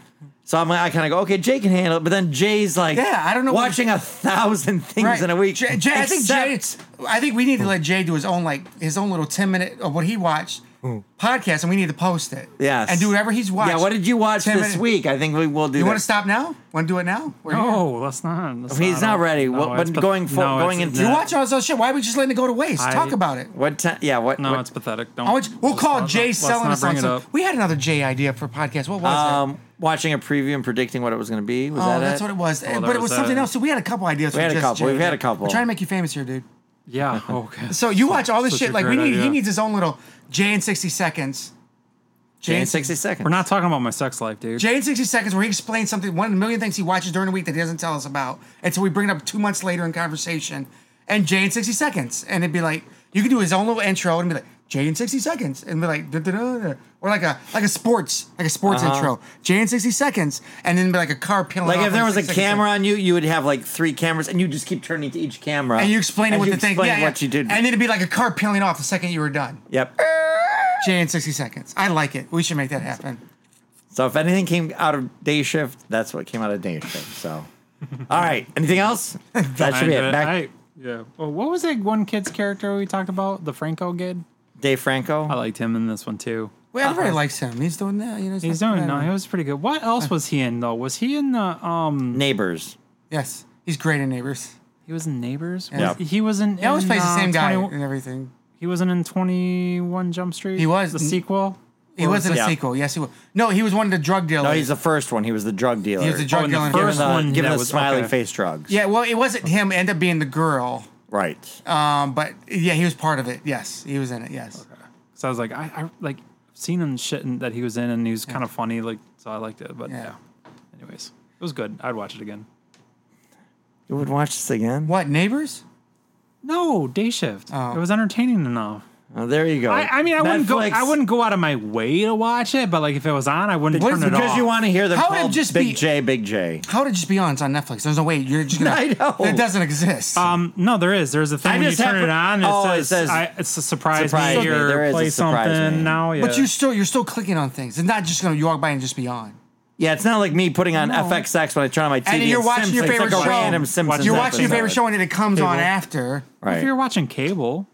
[SPEAKER 3] So I'm like, I kind of go, okay, Jay can handle it. But then Jay's like,
[SPEAKER 4] Yeah, I don't know what-
[SPEAKER 3] watching a thousand things
[SPEAKER 4] Right.
[SPEAKER 3] in a week.
[SPEAKER 4] Jay, Jay, I think Jay,
[SPEAKER 3] Except-
[SPEAKER 4] I think we need to let Jay do his own like his own little ten minute of what he watched
[SPEAKER 3] Hmm.
[SPEAKER 4] podcast, and we need to post it.
[SPEAKER 3] Yes.
[SPEAKER 4] and do whatever he's watched.
[SPEAKER 3] Yeah, what did you watch
[SPEAKER 4] Ten
[SPEAKER 3] this
[SPEAKER 4] minute-
[SPEAKER 3] week? I think we will do.
[SPEAKER 4] You
[SPEAKER 3] that.
[SPEAKER 4] want to stop now? Want to do it now? We're here.
[SPEAKER 5] No, let's not. let's
[SPEAKER 3] He's not ready. Well, but
[SPEAKER 5] it's pa-
[SPEAKER 3] going for-
[SPEAKER 5] no,
[SPEAKER 3] going
[SPEAKER 5] it's-
[SPEAKER 3] into-
[SPEAKER 4] You
[SPEAKER 5] no,
[SPEAKER 4] watch all this other shit. Why are we just letting it go to waste?
[SPEAKER 5] I-
[SPEAKER 4] Talk about it.
[SPEAKER 3] What time? Yeah. What?
[SPEAKER 5] No,
[SPEAKER 3] what-
[SPEAKER 5] it's pathetic. Don't.
[SPEAKER 4] How much? We'll
[SPEAKER 5] let's
[SPEAKER 4] call
[SPEAKER 5] not-
[SPEAKER 4] Jay
[SPEAKER 5] let's
[SPEAKER 4] selling
[SPEAKER 5] not
[SPEAKER 4] us
[SPEAKER 5] bring
[SPEAKER 4] on
[SPEAKER 5] it
[SPEAKER 4] some.
[SPEAKER 5] up.
[SPEAKER 4] We had another Jay idea for a podcast. What was it?
[SPEAKER 3] um, watching a preview and predicting what it was going to be. Was
[SPEAKER 4] Oh,
[SPEAKER 3] that
[SPEAKER 4] that's
[SPEAKER 3] it?
[SPEAKER 4] what it was.
[SPEAKER 5] Oh,
[SPEAKER 4] but
[SPEAKER 5] that
[SPEAKER 4] it was
[SPEAKER 5] was
[SPEAKER 4] something
[SPEAKER 5] that.
[SPEAKER 4] else. So we had a couple ideas.
[SPEAKER 3] We
[SPEAKER 4] for
[SPEAKER 3] had a
[SPEAKER 4] just
[SPEAKER 3] couple.
[SPEAKER 4] Jay.
[SPEAKER 3] We've had a couple.
[SPEAKER 4] We're trying to make you famous here, dude.
[SPEAKER 5] Yeah. Okay.
[SPEAKER 4] So you watch all this
[SPEAKER 5] Such
[SPEAKER 4] shit.
[SPEAKER 5] a
[SPEAKER 4] Like we
[SPEAKER 5] great
[SPEAKER 4] need. He
[SPEAKER 5] idea.
[SPEAKER 4] needs his own little Jay in sixty seconds.
[SPEAKER 3] Jay in sixty seconds.
[SPEAKER 5] We're not talking about my sex life, dude.
[SPEAKER 4] Jay in sixty seconds, where he explains something, one of the million things he watches during the week that he doesn't tell us about, and so we bring it up two months later in conversation. And Jay in sixty seconds, and it'd be like you could do his own little intro and be like Jay in sixty seconds, and be like da, da, da, da. or like a like a sports like a sports intro, Jay in sixty seconds, and then be like a car peeling.
[SPEAKER 3] Uh-huh. Like
[SPEAKER 4] off
[SPEAKER 3] if there
[SPEAKER 4] in
[SPEAKER 3] was a
[SPEAKER 4] 60
[SPEAKER 3] camera
[SPEAKER 4] seconds.
[SPEAKER 3] on you, you would have like three cameras, and you just keep turning to each camera,
[SPEAKER 4] and you explain it with
[SPEAKER 3] you
[SPEAKER 4] the thing,
[SPEAKER 3] explain
[SPEAKER 4] yeah, yeah.
[SPEAKER 3] what you did.
[SPEAKER 4] and then it'd be like a car peeling off the second you were done.
[SPEAKER 3] yep.
[SPEAKER 4] Jay in sixty seconds, I like it. We should make that happen.
[SPEAKER 3] So if anything came out of day shift, that's what came out of day shift. So, all right. Anything else? That
[SPEAKER 5] I
[SPEAKER 3] should be
[SPEAKER 5] did-
[SPEAKER 3] it. Back
[SPEAKER 5] I- yeah. Well, what was that one kid's character we talked about? The Franco kid.
[SPEAKER 3] Dave Franco.
[SPEAKER 5] I
[SPEAKER 4] Um,
[SPEAKER 5] liked him in this one too.
[SPEAKER 4] Well, everybody likes him. He's doing that. You know,
[SPEAKER 5] He's
[SPEAKER 4] not
[SPEAKER 5] doing.
[SPEAKER 4] bad.
[SPEAKER 5] No, he was pretty good. What else was he in though? Was he in the? Um,
[SPEAKER 3] Neighbors.
[SPEAKER 4] Yes, he's great in Neighbors.
[SPEAKER 5] he was in Neighbors. Was-
[SPEAKER 3] Yeah.
[SPEAKER 5] He was in.
[SPEAKER 4] He always
[SPEAKER 5] in,
[SPEAKER 4] plays the
[SPEAKER 5] uh,
[SPEAKER 4] same guy
[SPEAKER 5] 21
[SPEAKER 4] and everything.
[SPEAKER 5] he wasn't in Twenty One Jump Street.
[SPEAKER 4] He was.
[SPEAKER 5] the sequel.
[SPEAKER 4] He wasn't
[SPEAKER 3] Yeah.
[SPEAKER 4] a sequel. Yes, he was. No, he was one of the drug dealers.
[SPEAKER 3] No, Oh, he's the first one. He was the drug dealer.
[SPEAKER 4] He was the drug
[SPEAKER 5] in the
[SPEAKER 4] dealer.
[SPEAKER 5] first
[SPEAKER 3] Uh,
[SPEAKER 5] one
[SPEAKER 3] giving
[SPEAKER 5] that
[SPEAKER 3] us
[SPEAKER 5] was-
[SPEAKER 3] smiley
[SPEAKER 5] okay.
[SPEAKER 3] face drugs.
[SPEAKER 4] yeah, well, it wasn't him. It ended up being the girl.
[SPEAKER 3] Right.
[SPEAKER 4] Um, but yeah, he was part of it. Yes, he was in it. Yes.
[SPEAKER 5] So I was like, I, I like seen him shit in- that he was in, and he was kind of funny. Like, so I liked it. But yeah.
[SPEAKER 4] Yeah.
[SPEAKER 5] anyways, it was good. I'd watch it again.
[SPEAKER 3] you would watch this again?
[SPEAKER 4] What neighbors?
[SPEAKER 5] No day shift. It was entertaining enough.
[SPEAKER 3] Oh, there you go.
[SPEAKER 5] Oh. I, I mean, I wouldn't go.
[SPEAKER 3] Netflix.
[SPEAKER 5] I wouldn't go out of my way to watch it, but like if it was on, I wouldn't
[SPEAKER 3] It's
[SPEAKER 5] turn it
[SPEAKER 3] because
[SPEAKER 5] off.
[SPEAKER 3] you want to hear the
[SPEAKER 4] How would it
[SPEAKER 3] called
[SPEAKER 4] just
[SPEAKER 3] Big
[SPEAKER 4] be-
[SPEAKER 3] J, Big J.
[SPEAKER 4] How did it just be on? It's on Netflix. There's no way you're just gonna.
[SPEAKER 3] I know. Uh,
[SPEAKER 4] It doesn't exist.
[SPEAKER 5] um, no, there is. There's a thing
[SPEAKER 3] I
[SPEAKER 5] when you
[SPEAKER 3] just
[SPEAKER 5] turn
[SPEAKER 3] happen-
[SPEAKER 5] it on. It
[SPEAKER 3] Oh,
[SPEAKER 5] says,
[SPEAKER 3] it says,
[SPEAKER 5] I, "It's a surprise,
[SPEAKER 3] surprise
[SPEAKER 5] me"
[SPEAKER 3] me.
[SPEAKER 5] or
[SPEAKER 3] There is a
[SPEAKER 5] play
[SPEAKER 3] surprise
[SPEAKER 5] something
[SPEAKER 3] me.
[SPEAKER 5] now. Yeah.
[SPEAKER 4] But you still you're still clicking on things. It's not just gonna you walk by and just be on.
[SPEAKER 3] Yeah, it's not like me putting on FXX when I turn on my TV.
[SPEAKER 4] And you're watching your
[SPEAKER 3] Simpsons. It's
[SPEAKER 4] favorite
[SPEAKER 3] like a
[SPEAKER 4] show.
[SPEAKER 3] random Simpsons.
[SPEAKER 4] You're watching your favorite
[SPEAKER 3] episode.
[SPEAKER 4] show and then it comes on after.
[SPEAKER 5] if
[SPEAKER 3] Right.
[SPEAKER 5] you're watching cable,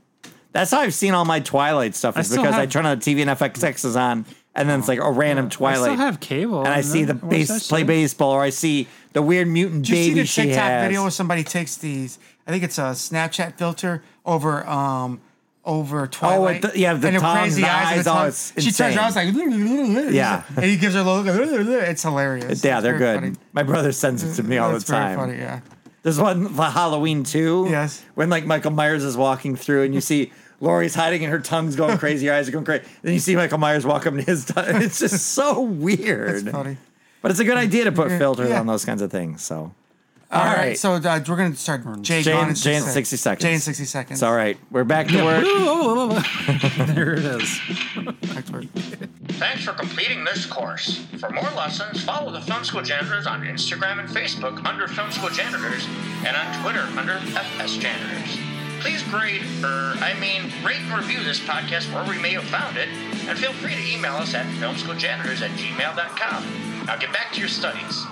[SPEAKER 3] That's how I've seen all my Twilight stuff
[SPEAKER 5] I
[SPEAKER 3] is
[SPEAKER 5] still
[SPEAKER 3] because I
[SPEAKER 5] have-
[SPEAKER 3] turn on the TV and FXX is on, and then it's like a random
[SPEAKER 5] I
[SPEAKER 3] Twilight.
[SPEAKER 5] still have cable,
[SPEAKER 3] and I see the
[SPEAKER 5] then watch that
[SPEAKER 3] base play
[SPEAKER 5] shit.
[SPEAKER 3] baseball, or I see the weird mutant
[SPEAKER 4] Do you
[SPEAKER 3] baby
[SPEAKER 4] see the
[SPEAKER 3] she
[SPEAKER 4] TikTok
[SPEAKER 3] has.
[SPEAKER 4] video where somebody takes these? I think it's a Snapchat filter over um over Twilight.
[SPEAKER 3] Oh, the- yeah, the
[SPEAKER 4] and her
[SPEAKER 3] tongue,
[SPEAKER 4] crazy
[SPEAKER 3] the
[SPEAKER 4] eyes, and
[SPEAKER 3] eyes,
[SPEAKER 4] the
[SPEAKER 3] oh,
[SPEAKER 4] tongue.
[SPEAKER 3] it's
[SPEAKER 4] she turns around, it's like
[SPEAKER 3] Yeah.
[SPEAKER 4] and he gives her a look. It's hilarious.
[SPEAKER 3] yeah,
[SPEAKER 4] It's
[SPEAKER 3] they're
[SPEAKER 4] very
[SPEAKER 3] good.
[SPEAKER 4] funny.
[SPEAKER 3] My brother sends it to me all
[SPEAKER 4] That's
[SPEAKER 3] the
[SPEAKER 4] very
[SPEAKER 3] time.
[SPEAKER 4] funny, yeah.
[SPEAKER 3] There's one for Halloween too.
[SPEAKER 4] Yes.
[SPEAKER 3] When like Michael Myers is walking through and you see Laurie's hiding and her tongue's going crazy, her eyes are going crazy. Then you see Michael Myers walk up and his tongue. It's just so weird.
[SPEAKER 4] It's funny.
[SPEAKER 3] But it's a good idea to put filters
[SPEAKER 4] Yeah.
[SPEAKER 3] on those kinds of things. So
[SPEAKER 4] All right.
[SPEAKER 3] right.
[SPEAKER 4] so uh, we're gonna start Jay,
[SPEAKER 3] Jane,
[SPEAKER 4] Gone in
[SPEAKER 3] Jane, 60 seconds.
[SPEAKER 4] Jane, sixty seconds.
[SPEAKER 3] it's all right. We're back to work.
[SPEAKER 5] there it is.
[SPEAKER 4] Back to work.
[SPEAKER 1] Thanks for completing this course. For more lessons, follow the Film School Janitors on Instagram and Facebook under Film School Janitors and on Twitter under FS Janitors. Please grade, er, I mean, rate and review this podcast wherever you may have found it, and feel free to email us at filmschooljanitors at gmail.com. Now get back to your studies.